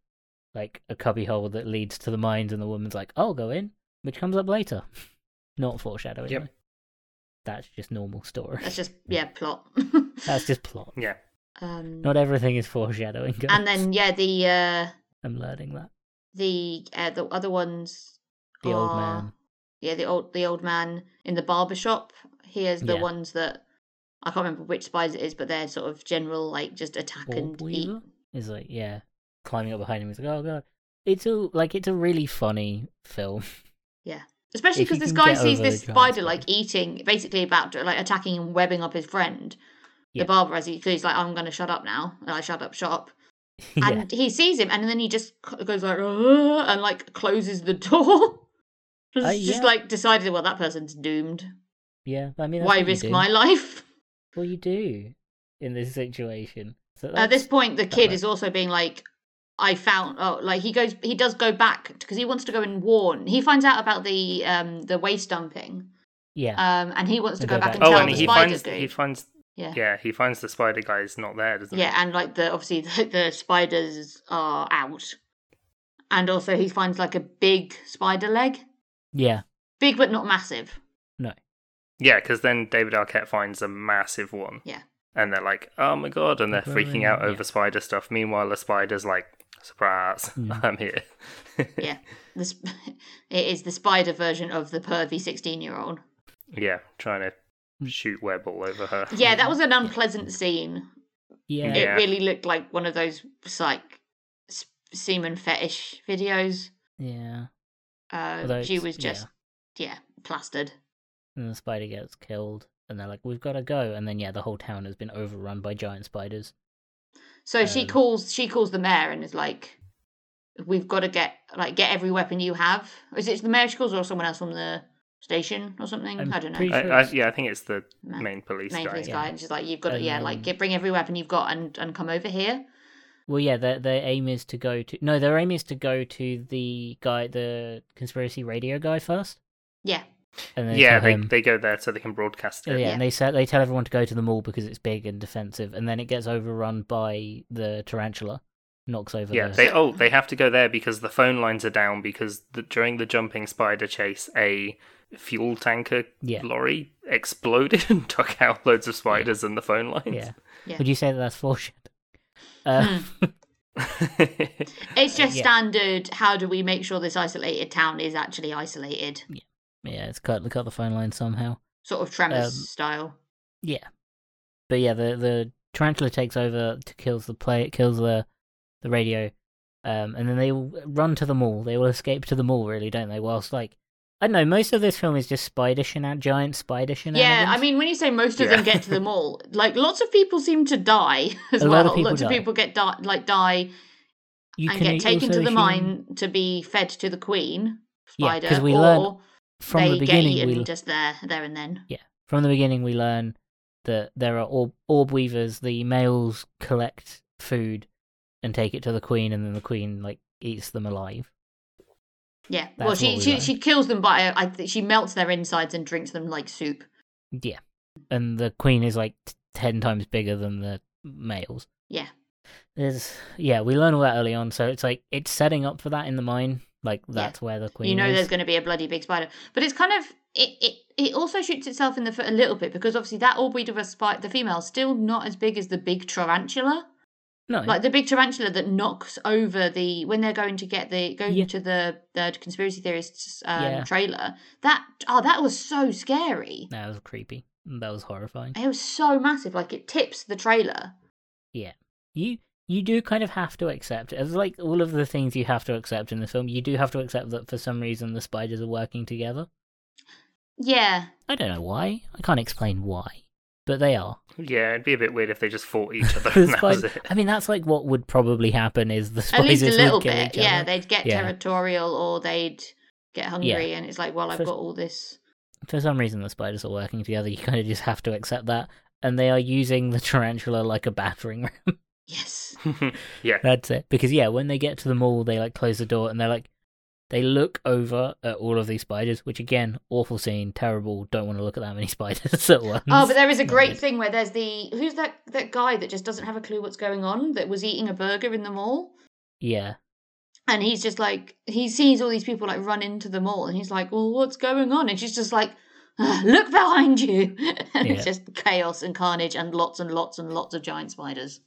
[SPEAKER 2] like a cubbyhole that leads to the mines, and the woman's like, "I'll go in," which comes up later. [laughs] Not foreshadowing.
[SPEAKER 1] Yep.
[SPEAKER 2] though. That's just normal story. [laughs]
[SPEAKER 3] that's just yeah, plot. [laughs]
[SPEAKER 2] That's just plot.
[SPEAKER 1] [laughs] Yeah,
[SPEAKER 3] um,
[SPEAKER 2] Not everything is foreshadowing. [laughs] Guys.
[SPEAKER 3] and then yeah, the uh,
[SPEAKER 2] I'm learning that
[SPEAKER 3] the uh, the other ones.
[SPEAKER 2] the old
[SPEAKER 3] are-
[SPEAKER 2] man.
[SPEAKER 3] Yeah, the old the old man in the barber shop. Here's the
[SPEAKER 2] Yeah.
[SPEAKER 3] ones that I can't remember which spiders it is, but they're sort of general like just attack and
[SPEAKER 2] Orb
[SPEAKER 3] eat.
[SPEAKER 2] Weaver is like, yeah, climbing up behind him. He's like, oh god, it's all like it's a really funny film. [laughs]
[SPEAKER 3] Especially
[SPEAKER 2] If you
[SPEAKER 3] because this
[SPEAKER 2] can
[SPEAKER 3] guy
[SPEAKER 2] get
[SPEAKER 3] sees
[SPEAKER 2] over
[SPEAKER 3] this
[SPEAKER 2] the giant
[SPEAKER 3] spider
[SPEAKER 2] spider.
[SPEAKER 3] like eating, basically about to, like attacking and webbing up his friend,
[SPEAKER 2] Yeah.
[SPEAKER 3] the barber. As he, he's like, "I'm going to shut up now," and I shut up shop.
[SPEAKER 2] [laughs] yeah,
[SPEAKER 3] and he sees him, and then he just c- goes like "Ugh," and like closes the door. [laughs] It's
[SPEAKER 2] Uh, yeah.
[SPEAKER 3] just like decided, well, that person's doomed.
[SPEAKER 2] yeah. I mean, that's
[SPEAKER 3] Why
[SPEAKER 2] what you
[SPEAKER 3] risk
[SPEAKER 2] do.
[SPEAKER 3] my [laughs] life?
[SPEAKER 2] What you do in this situation? So
[SPEAKER 3] At this
[SPEAKER 2] that's-
[SPEAKER 3] point, the
[SPEAKER 2] that
[SPEAKER 3] kid
[SPEAKER 2] works.
[SPEAKER 3] is also being like, I found oh like he goes he does go back because he wants to go and warn. He finds out about the um the waste dumping.
[SPEAKER 2] Yeah.
[SPEAKER 3] Um and he wants to
[SPEAKER 2] And
[SPEAKER 3] go,
[SPEAKER 2] go
[SPEAKER 3] back
[SPEAKER 2] back.
[SPEAKER 3] and
[SPEAKER 1] Oh,
[SPEAKER 3] tell
[SPEAKER 1] and
[SPEAKER 3] the
[SPEAKER 1] he
[SPEAKER 3] spider
[SPEAKER 1] finds
[SPEAKER 3] dude.
[SPEAKER 1] he finds
[SPEAKER 3] yeah.
[SPEAKER 1] yeah he finds the spider guy's not there, doesn't
[SPEAKER 3] Yeah, and like the obviously the, [laughs] the spiders are out, and also he finds like a big spider leg,
[SPEAKER 2] yeah.
[SPEAKER 3] big but not massive.
[SPEAKER 1] he? Yeah, because then David Arquette finds a massive one.
[SPEAKER 3] Yeah.
[SPEAKER 1] and they're like, oh my god, and they're
[SPEAKER 2] Like, where are
[SPEAKER 1] freaking
[SPEAKER 2] they?
[SPEAKER 1] out
[SPEAKER 2] Yeah.
[SPEAKER 1] over spider stuff. Meanwhile, the spider's like, surprise, [laughs]
[SPEAKER 2] Mm.
[SPEAKER 1] I'm here.
[SPEAKER 3] This [laughs] it is the spider version of the pervy sixteen-year-old.
[SPEAKER 1] yeah, trying
[SPEAKER 2] Hmm.
[SPEAKER 1] to shoot web all over her.
[SPEAKER 3] Yeah, that was an unpleasant scene.
[SPEAKER 2] Yeah.
[SPEAKER 1] Yeah.
[SPEAKER 3] It really looked like one of those like s- semen fetish videos.
[SPEAKER 2] Yeah.
[SPEAKER 3] Uh,
[SPEAKER 2] Although
[SPEAKER 3] she
[SPEAKER 2] it's-
[SPEAKER 3] was
[SPEAKER 2] yeah.
[SPEAKER 3] just yeah plastered.
[SPEAKER 2] And the spider gets killed, and they're like, "We've got to go." And then yeah, the whole town has been overrun by giant spiders.
[SPEAKER 3] So she
[SPEAKER 2] Um,
[SPEAKER 3] calls she calls the mayor and is like, "We've got to get like get every weapon you have." Is it the mayor she calls or someone else from the station or something?
[SPEAKER 2] I'm
[SPEAKER 3] I don't know.
[SPEAKER 2] pretty
[SPEAKER 1] I,
[SPEAKER 2] sure
[SPEAKER 1] I,
[SPEAKER 2] it's-
[SPEAKER 1] yeah, I think it's the
[SPEAKER 3] Ma-
[SPEAKER 1] main police
[SPEAKER 3] main
[SPEAKER 1] guy.
[SPEAKER 3] police
[SPEAKER 2] yeah.
[SPEAKER 3] guy, and she's like, "You've got to yeah, like
[SPEAKER 2] Um,
[SPEAKER 3] get, bring every weapon you've got and and come over here."
[SPEAKER 2] Well, yeah, their their aim is to go to no, their aim is to go to the guy, the conspiracy radio guy first,
[SPEAKER 3] Yeah,
[SPEAKER 2] and then
[SPEAKER 1] Yeah,
[SPEAKER 2] tell
[SPEAKER 1] they,
[SPEAKER 2] him, Oh,
[SPEAKER 1] they go there so they can broadcast
[SPEAKER 2] yeah,
[SPEAKER 1] it.
[SPEAKER 2] and they say they tell everyone to go to the mall because it's big and defensive, and then it gets overrun by the tarantula, knocks over.
[SPEAKER 1] Yeah,
[SPEAKER 2] the...
[SPEAKER 1] they oh they have to go there because the phone lines are down because the, during the jumping spider chase a fuel tanker
[SPEAKER 2] Yeah.
[SPEAKER 1] [laughs] lorry exploded [laughs] and took out loads of spiders and the phone
[SPEAKER 2] yeah.
[SPEAKER 1] lines.
[SPEAKER 3] Yeah.
[SPEAKER 2] Would you say that that's [laughs] foreshadowing?
[SPEAKER 1] Hmm.
[SPEAKER 2] Uh,
[SPEAKER 1] Yeah.
[SPEAKER 3] it's just
[SPEAKER 2] yeah.
[SPEAKER 3] standard. How do we make sure this isolated town is actually isolated,
[SPEAKER 2] yeah, it's cut cut the phone line somehow.
[SPEAKER 3] sort of Tremors
[SPEAKER 2] Um,
[SPEAKER 3] style?
[SPEAKER 2] Yeah, but yeah, the the tarantula takes over to kills the play kills the the radio, um, and then they all run to the mall. They all escape to the mall, really, don't they? Whilst like I don't know, most of this film is just spider shenan giant spider shenanigans.
[SPEAKER 3] Yeah, I mean, when you say most of
[SPEAKER 1] Yeah.
[SPEAKER 3] them get to the mall, like lots of people seem to die [laughs] as
[SPEAKER 2] A lot
[SPEAKER 3] well.
[SPEAKER 2] of people
[SPEAKER 3] lots
[SPEAKER 2] die.
[SPEAKER 3] of people get di- like die
[SPEAKER 2] you
[SPEAKER 3] and get taken
[SPEAKER 2] also
[SPEAKER 3] to the
[SPEAKER 2] assume
[SPEAKER 3] mine to be fed to the queen
[SPEAKER 2] Yeah,
[SPEAKER 3] spider,
[SPEAKER 2] 'cause we
[SPEAKER 3] or
[SPEAKER 2] learn from
[SPEAKER 3] they
[SPEAKER 2] the
[SPEAKER 3] get
[SPEAKER 2] beginning.
[SPEAKER 3] eaten
[SPEAKER 2] We,
[SPEAKER 3] just there, there and then.
[SPEAKER 2] from the beginning, we learn that there are orb, orb weavers. The males collect food and take it to the queen, and then the queen like eats them alive.
[SPEAKER 3] Yeah,
[SPEAKER 2] That's
[SPEAKER 3] well,
[SPEAKER 2] what
[SPEAKER 3] she
[SPEAKER 2] we
[SPEAKER 3] she,
[SPEAKER 2] learn.
[SPEAKER 3] she kills them by I think she melts their insides and drinks them like soup.
[SPEAKER 2] Yeah. And the queen is like t- 10 times bigger than the males.
[SPEAKER 3] Yeah.
[SPEAKER 2] There's yeah, we learn all that early on, so it's like it's setting up for that in the mine. Like that's where the queen
[SPEAKER 3] you know,
[SPEAKER 2] is.
[SPEAKER 3] there's going to be a bloody big spider, but it's kind of it, it it also shoots itself in the foot a little bit because obviously that orbidiver spider, the female, is still not as big as the big tarantula.
[SPEAKER 2] no.
[SPEAKER 3] like the big tarantula that knocks over the when they're going to get the go
[SPEAKER 2] Yeah.
[SPEAKER 3] to the the conspiracy theorists um,
[SPEAKER 2] Yeah.
[SPEAKER 3] trailer. That oh, that was so scary.
[SPEAKER 2] that was creepy. That was horrifying.
[SPEAKER 3] It was so massive, like it tips the trailer.
[SPEAKER 2] You you do kind of have to accept it. It's like all of the things you have to accept in this film. You do have to accept that for some reason the spiders are working together.
[SPEAKER 3] Yeah,
[SPEAKER 2] I don't know why. I can't explain why. But they are.
[SPEAKER 1] [laughs]
[SPEAKER 2] [laughs]
[SPEAKER 1] yeah, it'd be a bit weird if they just fought each other
[SPEAKER 2] The
[SPEAKER 1] and [laughs] that was
[SPEAKER 2] spider-
[SPEAKER 1] it.
[SPEAKER 2] I mean that's like what would probably happen is the spiders
[SPEAKER 3] at least a
[SPEAKER 2] would
[SPEAKER 3] little
[SPEAKER 2] kill
[SPEAKER 3] bit.
[SPEAKER 2] each
[SPEAKER 3] Yeah,
[SPEAKER 2] other.
[SPEAKER 3] they'd get
[SPEAKER 2] Yeah.
[SPEAKER 3] territorial or they'd get hungry, and it's like, well, I've
[SPEAKER 2] For-
[SPEAKER 3] got all this.
[SPEAKER 2] for some reason the spiders are working together. You kind of just have to accept that, and they are using the tarantula like a battering ram. [laughs]
[SPEAKER 3] Yes,
[SPEAKER 1] [laughs] yeah.
[SPEAKER 2] That's it. Because yeah, when they get to the mall, they like close the door and they're like, they look over at all of these spiders, which again, awful scene, terrible. Don't want to look at that many [laughs] spiders at once.
[SPEAKER 3] Oh, but there is a
[SPEAKER 2] No,
[SPEAKER 3] great
[SPEAKER 2] it's-
[SPEAKER 3] thing where there's the who's that that guy that just doesn't have a clue what's going on that was eating a burger in the mall.
[SPEAKER 2] yeah,
[SPEAKER 3] And he's just like, he sees all these people like run into the mall and he's like, well, what's going on? And she's just like, "Ah, look behind you. [laughs] and
[SPEAKER 2] Yeah.
[SPEAKER 3] it's just chaos and carnage and lots and lots and lots of giant spiders.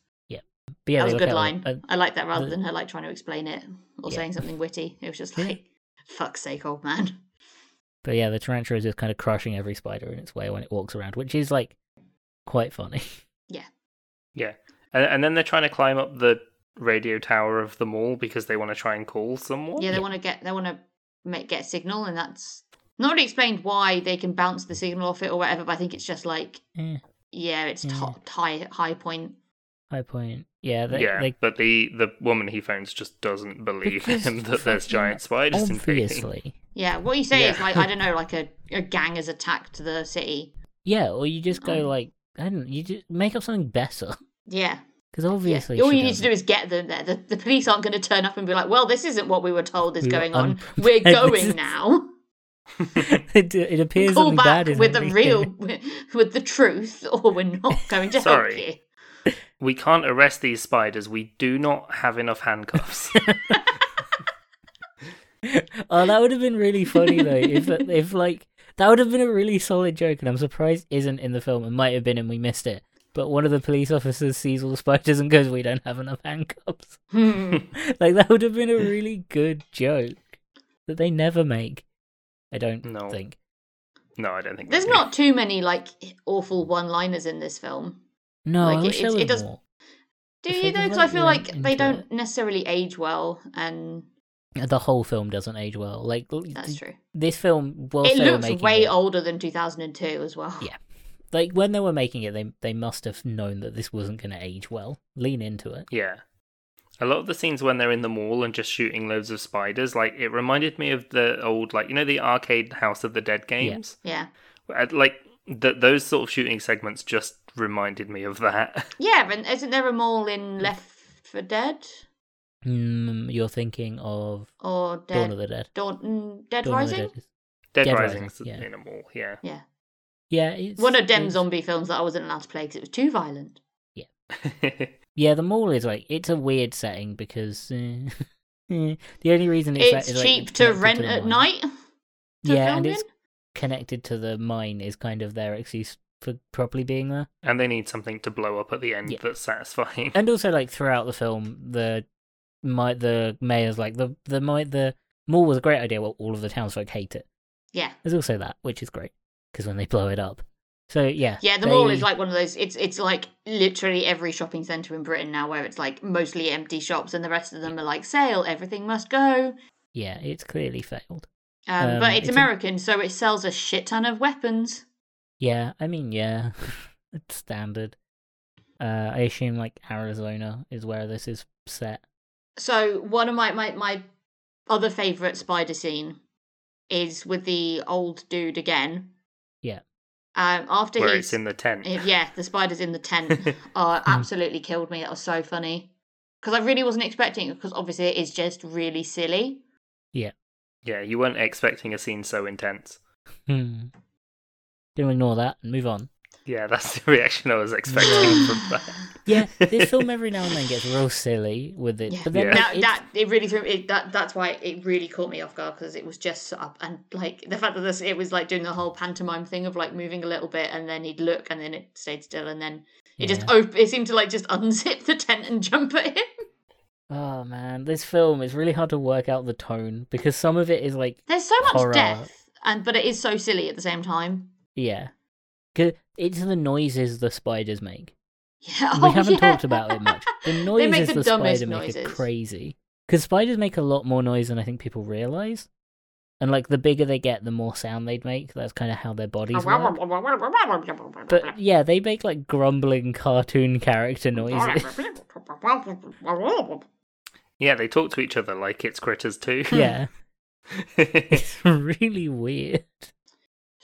[SPEAKER 2] but yeah,
[SPEAKER 3] that was
[SPEAKER 2] they look
[SPEAKER 3] a good
[SPEAKER 2] out-
[SPEAKER 3] line.
[SPEAKER 2] uh,
[SPEAKER 3] I like that rather
[SPEAKER 2] the-
[SPEAKER 3] than her like trying to explain it or
[SPEAKER 2] Yeah.
[SPEAKER 3] saying something witty. It was just
[SPEAKER 2] Yeah.
[SPEAKER 3] like, fuck's sake, old man.
[SPEAKER 2] but yeah, the tarantula is just kind of crushing every spider in its way when it walks around, which is like quite funny. [laughs]
[SPEAKER 1] Yeah. And, and then they're trying to climb up the radio tower of the mall because they want to try and call someone.
[SPEAKER 3] Yeah, they want to get, they want to make get a signal and that's not really explained why they can bounce the signal off it or whatever, but I think it's just like,
[SPEAKER 2] Eh,
[SPEAKER 3] yeah, it's
[SPEAKER 2] Yeah.
[SPEAKER 3] top, high, high point.
[SPEAKER 2] high point. Yeah, they,
[SPEAKER 1] yeah,
[SPEAKER 2] they
[SPEAKER 1] but the the woman he phones just doesn't believe
[SPEAKER 2] Because
[SPEAKER 1] him that there's
[SPEAKER 2] fucking
[SPEAKER 1] giant spiders invading.
[SPEAKER 2] obviously.
[SPEAKER 3] Yeah, what you say is
[SPEAKER 1] Yeah.
[SPEAKER 2] [laughs]
[SPEAKER 3] like I don't know, like a, a gang has attacked the city.
[SPEAKER 2] Yeah, or you just go
[SPEAKER 3] Um,
[SPEAKER 2] like I don't. You just make up something better
[SPEAKER 3] Yeah,
[SPEAKER 2] Because obviously,
[SPEAKER 3] All
[SPEAKER 2] she
[SPEAKER 3] you need to
[SPEAKER 2] doesn't.
[SPEAKER 3] do is get them there. The, the police aren't going to turn up and be like, well, this isn't what we were told is
[SPEAKER 2] We were
[SPEAKER 3] going on. We're
[SPEAKER 2] [laughs] unprepared. This is- [laughs]
[SPEAKER 3] going now.
[SPEAKER 2] [laughs] it, it appears
[SPEAKER 3] Call
[SPEAKER 2] that my
[SPEAKER 3] back
[SPEAKER 2] dad is
[SPEAKER 3] with the
[SPEAKER 2] really [laughs]
[SPEAKER 3] real, [laughs]
[SPEAKER 2] good.
[SPEAKER 3] with the truth, or we're not going to help
[SPEAKER 1] Sorry.
[SPEAKER 3] you.
[SPEAKER 1] We can't arrest these spiders. We do not have enough
[SPEAKER 2] [laughs]
[SPEAKER 1] handcuffs.
[SPEAKER 2] Oh, that would have been really funny though.
[SPEAKER 3] [laughs]
[SPEAKER 2] if if like that would have been a really solid joke, and I'm surprised isn't in the film. It might have been, and we missed it. But one of the police officers sees all the spiders and goes, "We don't have enough handcuffs." [laughs]
[SPEAKER 3] [laughs] Hmm.
[SPEAKER 2] Like that would have been
[SPEAKER 3] [laughs]
[SPEAKER 2] a really good joke that they never make. I don't
[SPEAKER 1] No.
[SPEAKER 2] think.
[SPEAKER 1] no, I don't think
[SPEAKER 3] There's
[SPEAKER 1] they do.
[SPEAKER 3] not too many like awful one-liners in this film.
[SPEAKER 2] No,
[SPEAKER 3] Like,
[SPEAKER 2] I
[SPEAKER 3] it-
[SPEAKER 2] wish there
[SPEAKER 3] it-
[SPEAKER 2] was
[SPEAKER 3] it does-
[SPEAKER 2] more.
[SPEAKER 3] Do
[SPEAKER 2] If
[SPEAKER 3] you
[SPEAKER 2] they'd
[SPEAKER 3] though? Because
[SPEAKER 2] like
[SPEAKER 3] I feel
[SPEAKER 2] went
[SPEAKER 3] like they
[SPEAKER 2] into
[SPEAKER 3] don't necessarily age well, and
[SPEAKER 2] The whole film doesn't age well. Like l-
[SPEAKER 3] that's true.
[SPEAKER 2] this film, whilst
[SPEAKER 3] it
[SPEAKER 2] they were
[SPEAKER 3] looks
[SPEAKER 2] making
[SPEAKER 3] way
[SPEAKER 2] it,
[SPEAKER 3] older than 2002 as well.
[SPEAKER 2] Yeah. like when they were making it, they they must have known that this wasn't going to age well. Lean into it.
[SPEAKER 1] Yeah. A lot of the scenes when they're in the mall and just shooting loads of spiders, like it reminded me of the old, like you know, the arcade House of the Dead games.
[SPEAKER 3] Yeah,
[SPEAKER 1] Uh, Like th- those sort of shooting segments just reminded me of that. [laughs]
[SPEAKER 3] yeah. And isn't there a mall in Left for Dead
[SPEAKER 2] Mm, you're thinking of
[SPEAKER 3] or Dead
[SPEAKER 2] Dawn of the Dead.
[SPEAKER 3] Dawn, mm, Dead
[SPEAKER 2] Dawn of the
[SPEAKER 3] Rising?
[SPEAKER 2] Dead is-
[SPEAKER 1] Dead,
[SPEAKER 2] Dead
[SPEAKER 1] Rising's
[SPEAKER 2] Rising, yeah.
[SPEAKER 1] in a mall. Yeah.
[SPEAKER 2] Yeah, it's,
[SPEAKER 3] One of them
[SPEAKER 2] it's-
[SPEAKER 3] zombie films that I wasn't allowed to play because it was too violent.
[SPEAKER 2] Yeah, the mall is like it's a weird setting because eh, [laughs] eh, the only reason it's,
[SPEAKER 3] It's,
[SPEAKER 2] that is, like,
[SPEAKER 3] cheap to
[SPEAKER 2] connected
[SPEAKER 3] rent
[SPEAKER 2] the
[SPEAKER 3] at
[SPEAKER 2] mine.
[SPEAKER 3] night. To
[SPEAKER 2] Yeah,
[SPEAKER 3] film
[SPEAKER 2] and
[SPEAKER 3] in.
[SPEAKER 2] it's connected to the mine is kind of their excuse for properly being there.
[SPEAKER 1] [laughs] and they need something to blow up at the end
[SPEAKER 2] Yeah.
[SPEAKER 1] that's satisfying.
[SPEAKER 2] And also, like throughout the film, the my the mayor's like the the my the mall was a great idea. Well, all of the townsfolk hate it.
[SPEAKER 3] yeah,
[SPEAKER 2] There's also that, which is great because when they blow it up, so yeah,
[SPEAKER 3] yeah. The mall is
[SPEAKER 2] they-
[SPEAKER 3] like one of those. It's it's like literally every shopping centre in Britain now, where it's like mostly empty shops, and the rest of them are like sale. Everything must go.
[SPEAKER 2] yeah, it's clearly failed.
[SPEAKER 3] Um,
[SPEAKER 2] Um,
[SPEAKER 3] but it's,
[SPEAKER 2] it's a-
[SPEAKER 3] American, so it sells a shit ton of weapons.
[SPEAKER 2] Yeah, I mean, yeah, [laughs] it's standard. Uh, I assume like Arizona is where this is set.
[SPEAKER 3] So one of my my, my other favourite spider scene is with the old dude again.
[SPEAKER 2] Yeah.
[SPEAKER 3] Um, after
[SPEAKER 1] Where
[SPEAKER 3] he's
[SPEAKER 1] it's in the tent.
[SPEAKER 3] Eh, Yeah, the spiders in the tent
[SPEAKER 1] [laughs]
[SPEAKER 3] uh,
[SPEAKER 2] Hmm.
[SPEAKER 3] absolutely killed me. It was so funny because I really wasn't expecting it because obviously it is just really silly.
[SPEAKER 1] Yeah, you weren't expecting a scene so intense.
[SPEAKER 2] Hmm. Gonna ignore that and move on.
[SPEAKER 1] Yeah, [laughs] that's the reaction I was expecting
[SPEAKER 3] [laughs]
[SPEAKER 1] from that.
[SPEAKER 2] Yeah, this film every now and then gets real silly with it,
[SPEAKER 3] Yeah.
[SPEAKER 2] but then
[SPEAKER 1] Yeah.
[SPEAKER 2] like,
[SPEAKER 3] Now
[SPEAKER 2] it's-
[SPEAKER 3] that it really threw it, that that's why it really caught me off guard because it was just set up and like the fact that this it was like doing the whole pantomime thing of like moving a little bit and then he'd look and then it stayed still and then it just
[SPEAKER 2] yeah.
[SPEAKER 3] op- it seemed to like just unzip the tent and [laughs] jump at him.
[SPEAKER 2] oh man, this film is really hard to work out the tone because some of it is like
[SPEAKER 3] There's so much
[SPEAKER 2] Horror.
[SPEAKER 3] death and but it is so silly at the same time. [laughs]
[SPEAKER 2] yeah, 'Cause it's the noises the spiders make.
[SPEAKER 3] Yeah,
[SPEAKER 2] we
[SPEAKER 3] [laughs] oh,
[SPEAKER 2] haven't
[SPEAKER 3] yeah.
[SPEAKER 2] talked about it
[SPEAKER 3] [laughs]
[SPEAKER 2] much. The noises
[SPEAKER 3] make the
[SPEAKER 2] the,
[SPEAKER 3] dumbest
[SPEAKER 2] spider make
[SPEAKER 3] noises.
[SPEAKER 2] are crazy. Because spiders make a lot more noise than I think people realize. And like the bigger they get, the more sound they'd make. That's kind of how their bodies work. But yeah, they make like grumbling cartoon
[SPEAKER 3] [laughs]
[SPEAKER 2] character noises. [laughs]
[SPEAKER 1] Yeah, they talk to each other like it's critters too. [laughs]
[SPEAKER 3] [laughs]
[SPEAKER 2] yeah, it's really weird.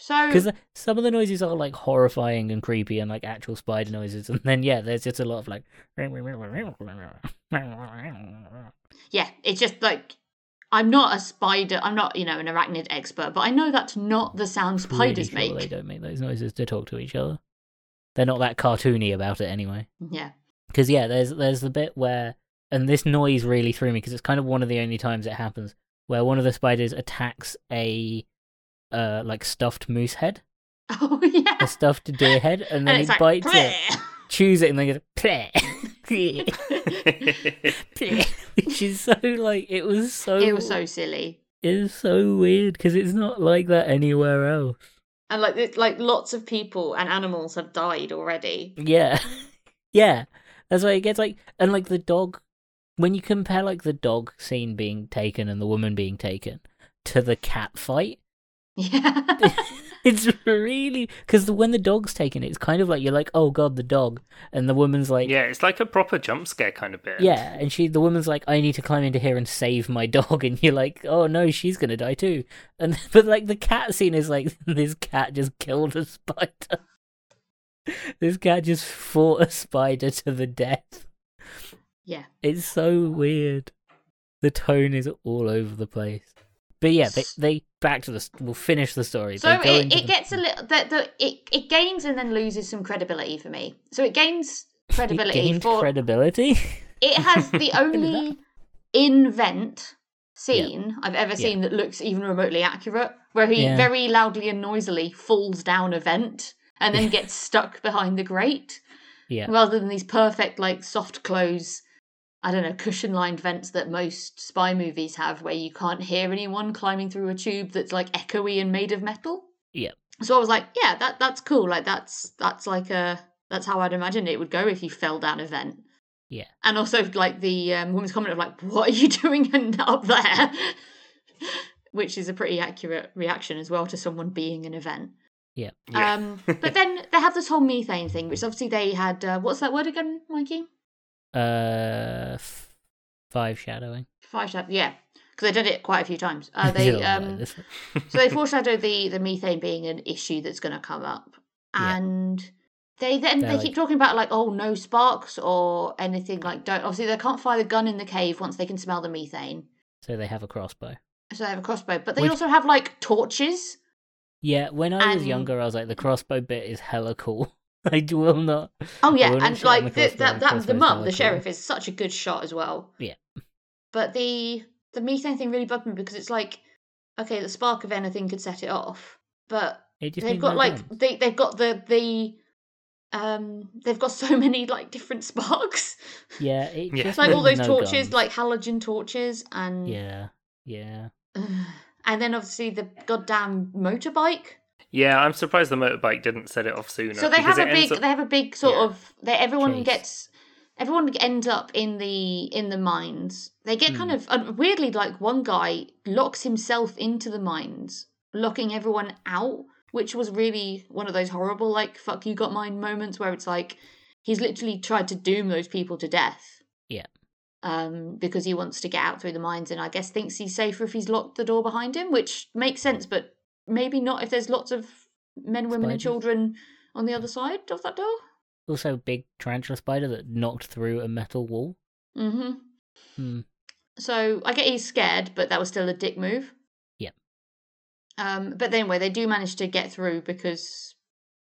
[SPEAKER 2] Because
[SPEAKER 3] so
[SPEAKER 2] some of the noises are like horrifying and creepy, and like actual spider noises. And then yeah, there's just a lot of like.
[SPEAKER 3] yeah it's just like i'm not a spider i'm not you know an arachnid expert but i know that's not the sound
[SPEAKER 2] Pretty
[SPEAKER 3] spiders
[SPEAKER 2] sure They
[SPEAKER 3] make
[SPEAKER 2] don't make those noises to talk to each other. They're not that cartoony about it anyway.
[SPEAKER 3] yeah [laughs]
[SPEAKER 2] Because yeah, there's there's the bit where and this noise really threw me because it's kind of one of the only times it happens where one of the spiders attacks a uh like stuffed moose head,
[SPEAKER 3] oh yeah
[SPEAKER 2] a stuffed deer head, and then
[SPEAKER 3] [laughs] and
[SPEAKER 2] it
[SPEAKER 3] it's like
[SPEAKER 2] bites it,
[SPEAKER 3] "Bleh."
[SPEAKER 2] chews it, and then goes pleh.
[SPEAKER 3] [laughs]
[SPEAKER 2] Pleh. [laughs] Pleh. Which is so like it was so
[SPEAKER 3] it was so silly
[SPEAKER 2] it was so weird because it's not like that anywhere else.
[SPEAKER 3] and like it- like lots of people and animals have died already [laughs]
[SPEAKER 2] Yeah. [laughs] Yeah. That's why it gets like and like the dog when you compare like the dog scene being taken and the woman being taken to the cat fight, [laughs]
[SPEAKER 3] yeah
[SPEAKER 2] it's really because when the dog's taken, it's kind of like you're like, oh god, the dog, and the woman's like,
[SPEAKER 1] yeah, it's like a proper jump scare kind of bit.
[SPEAKER 2] yeah, and she, the woman's like, I need to climb into here and save my [laughs] dog, and you're like, oh no, she's gonna die too, and [laughs] but like the cat scene is like [laughs] this cat just killed a [laughs] spider, this cat just fought a spider to the death.
[SPEAKER 3] Yeah.
[SPEAKER 2] It's so weird. The tone is all over the place. But yeah, they, they back to the st- we'll finish the story.
[SPEAKER 3] So
[SPEAKER 2] They go
[SPEAKER 3] it,
[SPEAKER 2] into
[SPEAKER 3] it
[SPEAKER 2] the-
[SPEAKER 3] gets a little that the it it gains and then loses some credibility for me. So it gains
[SPEAKER 2] [laughs]
[SPEAKER 3] credibility
[SPEAKER 2] it gained
[SPEAKER 3] for
[SPEAKER 2] credibility. [laughs]
[SPEAKER 3] it has the only invent scene I've ever
[SPEAKER 2] Yeah.
[SPEAKER 3] seen that looks even remotely accurate, where he
[SPEAKER 2] Yeah.
[SPEAKER 3] very loudly and noisily falls down a vent and then gets stuck behind the grate,
[SPEAKER 2] yeah.
[SPEAKER 3] rather than these perfect like soft close. I don't know, cushion lined vents that most spy movies have where you can't hear anyone climbing through a tube that's like echoey and made of metal
[SPEAKER 2] yeah.
[SPEAKER 3] so I was like, yeah, that that's cool. Like that's that's like a that's how I'd imagine it would go if you fell down a vent.
[SPEAKER 2] Yeah.
[SPEAKER 3] And also like the um, woman's comment of like, what are you [laughs] doing and up there? [laughs] Which is a pretty accurate reaction as well to someone being an event.
[SPEAKER 1] Yeah.
[SPEAKER 3] Um, but then they have this whole methane thing, which obviously they had. Uh, what's that word again, Mikey?
[SPEAKER 2] Uh, f- five shadowing.
[SPEAKER 3] Five shot. Yeah, because they did it quite a few times.
[SPEAKER 2] [laughs]
[SPEAKER 3] Uh, they um, so they foreshadow the the methane being an issue that's going to come up
[SPEAKER 2] Yeah.
[SPEAKER 3] and they then
[SPEAKER 2] They're
[SPEAKER 3] they
[SPEAKER 2] like-
[SPEAKER 3] keep talking about like oh no sparks or anything like don't obviously they can't fire the gun in the cave once they can smell the methane
[SPEAKER 2] so they have a crossbow.
[SPEAKER 3] so they have a crossbow but they
[SPEAKER 2] Which-
[SPEAKER 3] also have like torches
[SPEAKER 2] Yeah, when I was
[SPEAKER 3] And-
[SPEAKER 2] younger, I was like, the crossbow bit is hella cool. [laughs] I will not.
[SPEAKER 3] oh yeah
[SPEAKER 2] wouldn't
[SPEAKER 3] and
[SPEAKER 2] shoot on
[SPEAKER 3] like
[SPEAKER 2] the
[SPEAKER 3] the,
[SPEAKER 2] crossbow,
[SPEAKER 3] that,
[SPEAKER 2] the
[SPEAKER 3] that the
[SPEAKER 2] crossbow's
[SPEAKER 3] mum the
[SPEAKER 2] delicate.
[SPEAKER 3] sheriff is such a good shot as well
[SPEAKER 2] Yeah.
[SPEAKER 3] but the the methane thing really bugged me because it's like okay the spark of anything could set it off but
[SPEAKER 2] It just
[SPEAKER 3] they've
[SPEAKER 2] need
[SPEAKER 3] got
[SPEAKER 2] no
[SPEAKER 3] like
[SPEAKER 2] guns.
[SPEAKER 3] they they've got the the um they've got [laughs] so many like different sparks [laughs]
[SPEAKER 2] yeah, it
[SPEAKER 1] Yeah.
[SPEAKER 2] just
[SPEAKER 3] it's
[SPEAKER 2] [laughs]
[SPEAKER 3] like all
[SPEAKER 2] needs
[SPEAKER 3] those
[SPEAKER 2] no
[SPEAKER 3] torches
[SPEAKER 2] guns.
[SPEAKER 3] like halogen torches and
[SPEAKER 2] yeah, yeah.
[SPEAKER 3] [sighs] and then obviously the goddamn motorbike
[SPEAKER 1] yeah, I'm surprised the motorbike didn't set it off sooner.
[SPEAKER 3] so they
[SPEAKER 1] because
[SPEAKER 3] have a
[SPEAKER 1] it ends
[SPEAKER 3] big
[SPEAKER 1] up-
[SPEAKER 3] they have a big sort
[SPEAKER 1] Yeah.
[SPEAKER 3] of they everyone
[SPEAKER 2] Chase.
[SPEAKER 3] gets everyone ends up in the in the mines they get kind of uh, weirdly like one guy locks himself into the mines locking everyone out which was really one of those horrible like fuck you got mine moments where it's like he's literally tried to doom those people to death
[SPEAKER 2] Yeah.
[SPEAKER 3] um because he wants to get out through the mines and i guess thinks he's safer if he's locked the door behind him which makes sense but maybe not if there's lots of men women and
[SPEAKER 2] Spiders.
[SPEAKER 3] children on the other side of that door
[SPEAKER 2] Also, big tarantula spider that knocked through a metal wall.
[SPEAKER 3] hmm
[SPEAKER 2] Hmm.
[SPEAKER 3] So I get he's scared, but that was still a dick move.
[SPEAKER 2] Yeah.
[SPEAKER 3] Um, but anyway, they do manage to get through because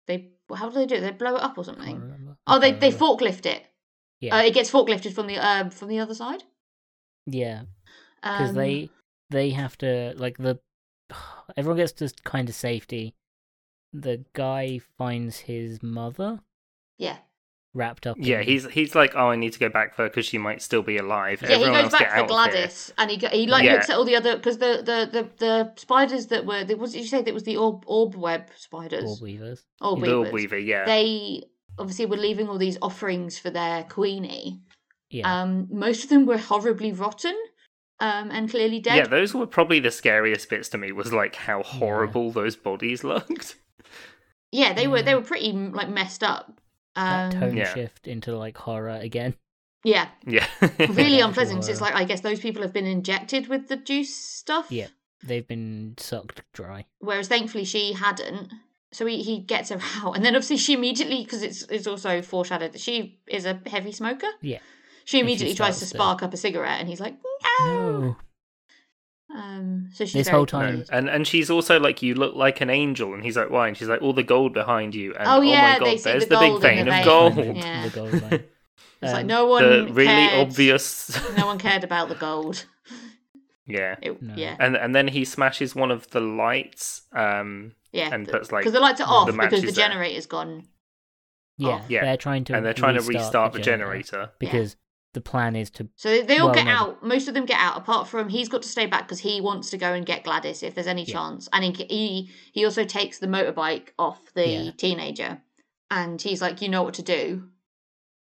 [SPEAKER 3] they how do they do it? They blow it up or something.
[SPEAKER 2] Can't remember. I
[SPEAKER 3] Oh, they
[SPEAKER 2] can't
[SPEAKER 1] Um,
[SPEAKER 3] they
[SPEAKER 2] remember.
[SPEAKER 3] forklift it.
[SPEAKER 2] Yeah.
[SPEAKER 3] Uh, it gets forklifted from the um from the other side.
[SPEAKER 2] Yeah, because
[SPEAKER 3] Um,
[SPEAKER 2] they they have to like the everyone gets to kind of safety. The guy finds his mother
[SPEAKER 3] yeah
[SPEAKER 2] wrapped up.
[SPEAKER 1] yeah,
[SPEAKER 2] in-
[SPEAKER 1] he's he's like, oh, I need to go back for her because she might still be alive.
[SPEAKER 3] yeah
[SPEAKER 1] Everyone
[SPEAKER 3] he goes
[SPEAKER 1] else
[SPEAKER 3] back
[SPEAKER 1] get
[SPEAKER 3] for
[SPEAKER 1] out of here.
[SPEAKER 3] Gladys and he go, he like
[SPEAKER 1] Yeah.
[SPEAKER 3] looks at all the other because the, the the the spiders that were the, what did you say that was the orb orb web spiders
[SPEAKER 2] orb weavers.
[SPEAKER 3] orb
[SPEAKER 1] Little
[SPEAKER 3] weavers.
[SPEAKER 1] Weaver, yeah.
[SPEAKER 3] They obviously were leaving all these offerings for their queenie.
[SPEAKER 2] Yeah,
[SPEAKER 3] Um, most of them were horribly rotten um, and clearly dead.
[SPEAKER 1] Yeah, those were probably the scariest bits to me. Was like how horrible those bodies [laughs] looked.
[SPEAKER 3] Yeah, they were
[SPEAKER 1] Mm.
[SPEAKER 3] they
[SPEAKER 2] Yeah.
[SPEAKER 3] were pretty like messed up.
[SPEAKER 2] that
[SPEAKER 3] Um,
[SPEAKER 2] tone
[SPEAKER 1] Yeah.
[SPEAKER 2] shift into like horror again.
[SPEAKER 1] [laughs]
[SPEAKER 3] yeah,
[SPEAKER 1] Yeah,
[SPEAKER 3] really
[SPEAKER 2] Yeah,
[SPEAKER 3] unpleasant. 'cause It's
[SPEAKER 2] sure.
[SPEAKER 3] like I guess those people have been injected with the juice stuff.
[SPEAKER 2] Yeah, they've been sucked dry.
[SPEAKER 3] Whereas thankfully she hadn't. So he, he gets her [laughs] out, and then obviously she immediately because it's it's also foreshadowed that she is a heavy smoker.
[SPEAKER 2] Yeah.
[SPEAKER 3] She
[SPEAKER 2] And she
[SPEAKER 3] immediately tries to
[SPEAKER 2] starts to-
[SPEAKER 3] spark up a cigarette, and he's like, "No."
[SPEAKER 2] No,
[SPEAKER 3] Um, so she's
[SPEAKER 2] This
[SPEAKER 3] very
[SPEAKER 2] whole time-
[SPEAKER 1] no.
[SPEAKER 3] confused.
[SPEAKER 1] and and she's also like, you look like an angel, and he's like, why? And she's like, all the gold behind you, and
[SPEAKER 3] Oh, yeah,
[SPEAKER 1] my god,
[SPEAKER 3] they see
[SPEAKER 1] there's
[SPEAKER 3] the
[SPEAKER 1] big
[SPEAKER 3] gold in
[SPEAKER 1] vein
[SPEAKER 3] the
[SPEAKER 1] of
[SPEAKER 3] vein.
[SPEAKER 1] gold.
[SPEAKER 3] Yeah.
[SPEAKER 2] The gold mine.
[SPEAKER 3] [laughs] It's like
[SPEAKER 2] Um,
[SPEAKER 3] no one
[SPEAKER 1] The really
[SPEAKER 3] cared.
[SPEAKER 1] obvious. [laughs]
[SPEAKER 3] no one cared about the gold.
[SPEAKER 1] yeah.
[SPEAKER 3] It,
[SPEAKER 2] [laughs] No.
[SPEAKER 3] Yeah,
[SPEAKER 1] And and then he smashes one of the lights. Um,
[SPEAKER 3] yeah.
[SPEAKER 1] and puts, like,
[SPEAKER 3] because the lights are off
[SPEAKER 1] the
[SPEAKER 3] because the
[SPEAKER 1] matches there.
[SPEAKER 3] generator's gone.
[SPEAKER 2] Yeah,
[SPEAKER 1] Yeah.
[SPEAKER 2] they're trying to
[SPEAKER 1] and they're trying
[SPEAKER 2] restart
[SPEAKER 1] to restart the
[SPEAKER 2] generator
[SPEAKER 1] generator.
[SPEAKER 2] because the plan is to
[SPEAKER 3] So they, they all
[SPEAKER 2] Well,
[SPEAKER 3] get
[SPEAKER 2] no, but-
[SPEAKER 3] out. Most of them get out, apart from he's got to stay back because he wants to go and get Gladys if there's any
[SPEAKER 2] Yeah.
[SPEAKER 3] chance. And he, he he also takes the motorbike off the
[SPEAKER 2] Yeah.
[SPEAKER 3] teenager, and he's like, "You know what to do."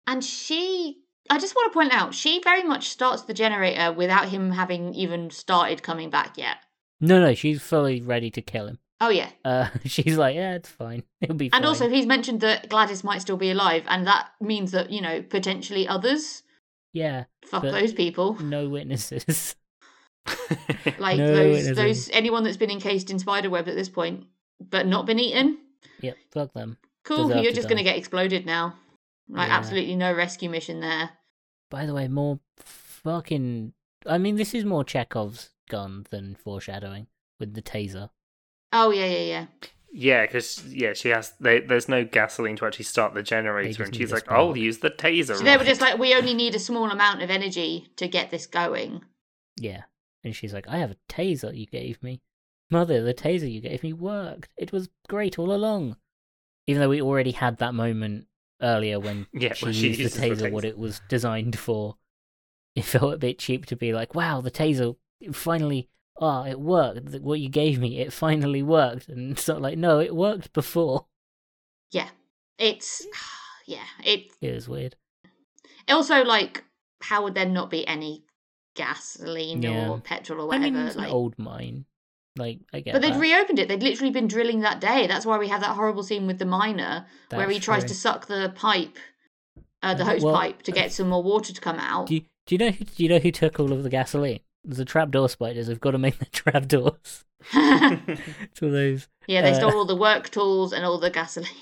[SPEAKER 3] And she, I just want to point out, she very much starts the generator without him having even started coming back yet.
[SPEAKER 2] No, no, she's fully ready to kill him.
[SPEAKER 3] Oh yeah,
[SPEAKER 2] Uh, [laughs] she's like, yeah, it's fine. It'll be fine.
[SPEAKER 3] and also he's mentioned that Gladys might still be alive, and that means that you know potentially others.
[SPEAKER 2] yeah,
[SPEAKER 3] Fuck
[SPEAKER 2] But-
[SPEAKER 3] those people.
[SPEAKER 2] no witnesses. [laughs]
[SPEAKER 3] like
[SPEAKER 2] No, it
[SPEAKER 3] those
[SPEAKER 2] isn't.
[SPEAKER 3] those anyone that's been encased in spider web at this point but not been eaten
[SPEAKER 2] yep, fuck them.
[SPEAKER 3] cool
[SPEAKER 2] Deserve
[SPEAKER 3] you're
[SPEAKER 2] to
[SPEAKER 3] just going to
[SPEAKER 2] die.
[SPEAKER 3] get exploded now like
[SPEAKER 2] Yeah.
[SPEAKER 3] absolutely no rescue mission there
[SPEAKER 2] By the way, more fucking. I mean, this is more Chekhov's gun than foreshadowing with the taser.
[SPEAKER 3] Oh yeah, yeah, yeah.
[SPEAKER 1] [laughs] Yeah, because yeah, she has. They, there's no gasoline to actually start the generator,
[SPEAKER 2] just
[SPEAKER 1] and
[SPEAKER 2] need
[SPEAKER 1] she's
[SPEAKER 2] a
[SPEAKER 1] like,
[SPEAKER 2] spark.
[SPEAKER 1] "I'll use the taser."
[SPEAKER 3] So they were
[SPEAKER 1] right?"
[SPEAKER 3] just like, we only need a small amount of energy to get this going.
[SPEAKER 2] Yeah. And she's like, I have a taser you gave me. Mother, the taser you gave me worked. It was great all along. Even though we already had that moment earlier when
[SPEAKER 1] [laughs] Yeah,
[SPEAKER 2] she,
[SPEAKER 1] when she
[SPEAKER 2] used the taser,
[SPEAKER 1] uses the
[SPEAKER 2] what
[SPEAKER 1] taser.
[SPEAKER 2] it was designed for, it felt a bit cheap to be like, wow, the taser it finally, ah, it worked. Th- What you gave me, it finally worked. And [laughs] it's not like, no, it worked before.
[SPEAKER 3] Yeah, it's [sighs] yeah. It
[SPEAKER 2] It was weird.
[SPEAKER 3] also like, how would there not be any gasoline
[SPEAKER 2] Yeah.
[SPEAKER 3] or petrol or
[SPEAKER 2] I
[SPEAKER 3] whatever?
[SPEAKER 2] mean, it's
[SPEAKER 3] like,
[SPEAKER 2] an old mine. Like, I get
[SPEAKER 3] but they'd
[SPEAKER 2] that.
[SPEAKER 3] reopened it. They'd literally been drilling that day. That's why we have that horrible scene with the miner where
[SPEAKER 2] That's
[SPEAKER 3] he tries
[SPEAKER 2] true.
[SPEAKER 3] to suck the pipe, uh, the
[SPEAKER 2] Uh,
[SPEAKER 3] hose
[SPEAKER 2] well,
[SPEAKER 3] pipe, to get some more water to come out.
[SPEAKER 2] Do you, do you know who do you know who took all of the gasoline? The trapdoor spiders have got to make [laughs] the [laughs] trapdoors. it's all those.
[SPEAKER 3] [laughs] yeah,
[SPEAKER 2] [laughs]
[SPEAKER 3] they
[SPEAKER 2] uh,
[SPEAKER 3] stole all the work tools and all the gasoline. [laughs]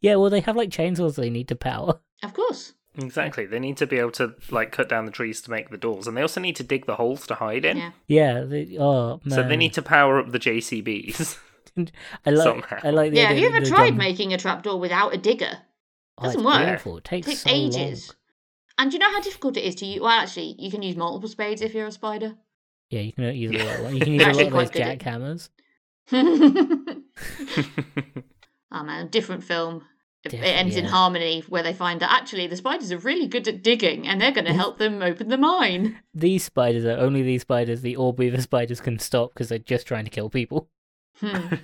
[SPEAKER 2] Yeah, well, they have like chainsaws they need to power. [laughs]
[SPEAKER 3] Of course.
[SPEAKER 1] exactly. They need to be able to like cut down the trees to make the doors, and they also need to dig the holes to hide in.
[SPEAKER 3] Yeah.
[SPEAKER 2] Yeah. They, oh man.
[SPEAKER 1] So they need to power up the [laughs] JCBs.
[SPEAKER 2] I like.
[SPEAKER 1] somehow.
[SPEAKER 2] I like the
[SPEAKER 3] Yeah, have
[SPEAKER 2] idea
[SPEAKER 3] you
[SPEAKER 2] that
[SPEAKER 3] ever
[SPEAKER 2] they've
[SPEAKER 3] tried
[SPEAKER 2] done-
[SPEAKER 3] making a trapdoor without a digger?
[SPEAKER 2] Oh, it's
[SPEAKER 3] doesn't work.
[SPEAKER 2] Awful. It takes,
[SPEAKER 3] takes
[SPEAKER 2] so
[SPEAKER 3] ages.
[SPEAKER 2] long.
[SPEAKER 3] And do you know how difficult it is to use? Well, actually, you can use multiple spades if you're a spider. [laughs]
[SPEAKER 2] Yeah, you can use a
[SPEAKER 1] Yeah.
[SPEAKER 2] lot. One. You can
[SPEAKER 1] They're
[SPEAKER 2] use a lot
[SPEAKER 3] actually
[SPEAKER 2] of those
[SPEAKER 3] quite good at-
[SPEAKER 2] jackhammers.
[SPEAKER 3] oh man, different film. It-
[SPEAKER 2] Diff-
[SPEAKER 3] it ends in
[SPEAKER 2] yeah.
[SPEAKER 3] harmony where they find that actually the spiders are really good at digging and they're going to help them open the mine.
[SPEAKER 2] These spiders are only these spiders. The orb weaver [laughs] spiders can stop because they're just trying to kill people. [laughs]
[SPEAKER 3] Hmm.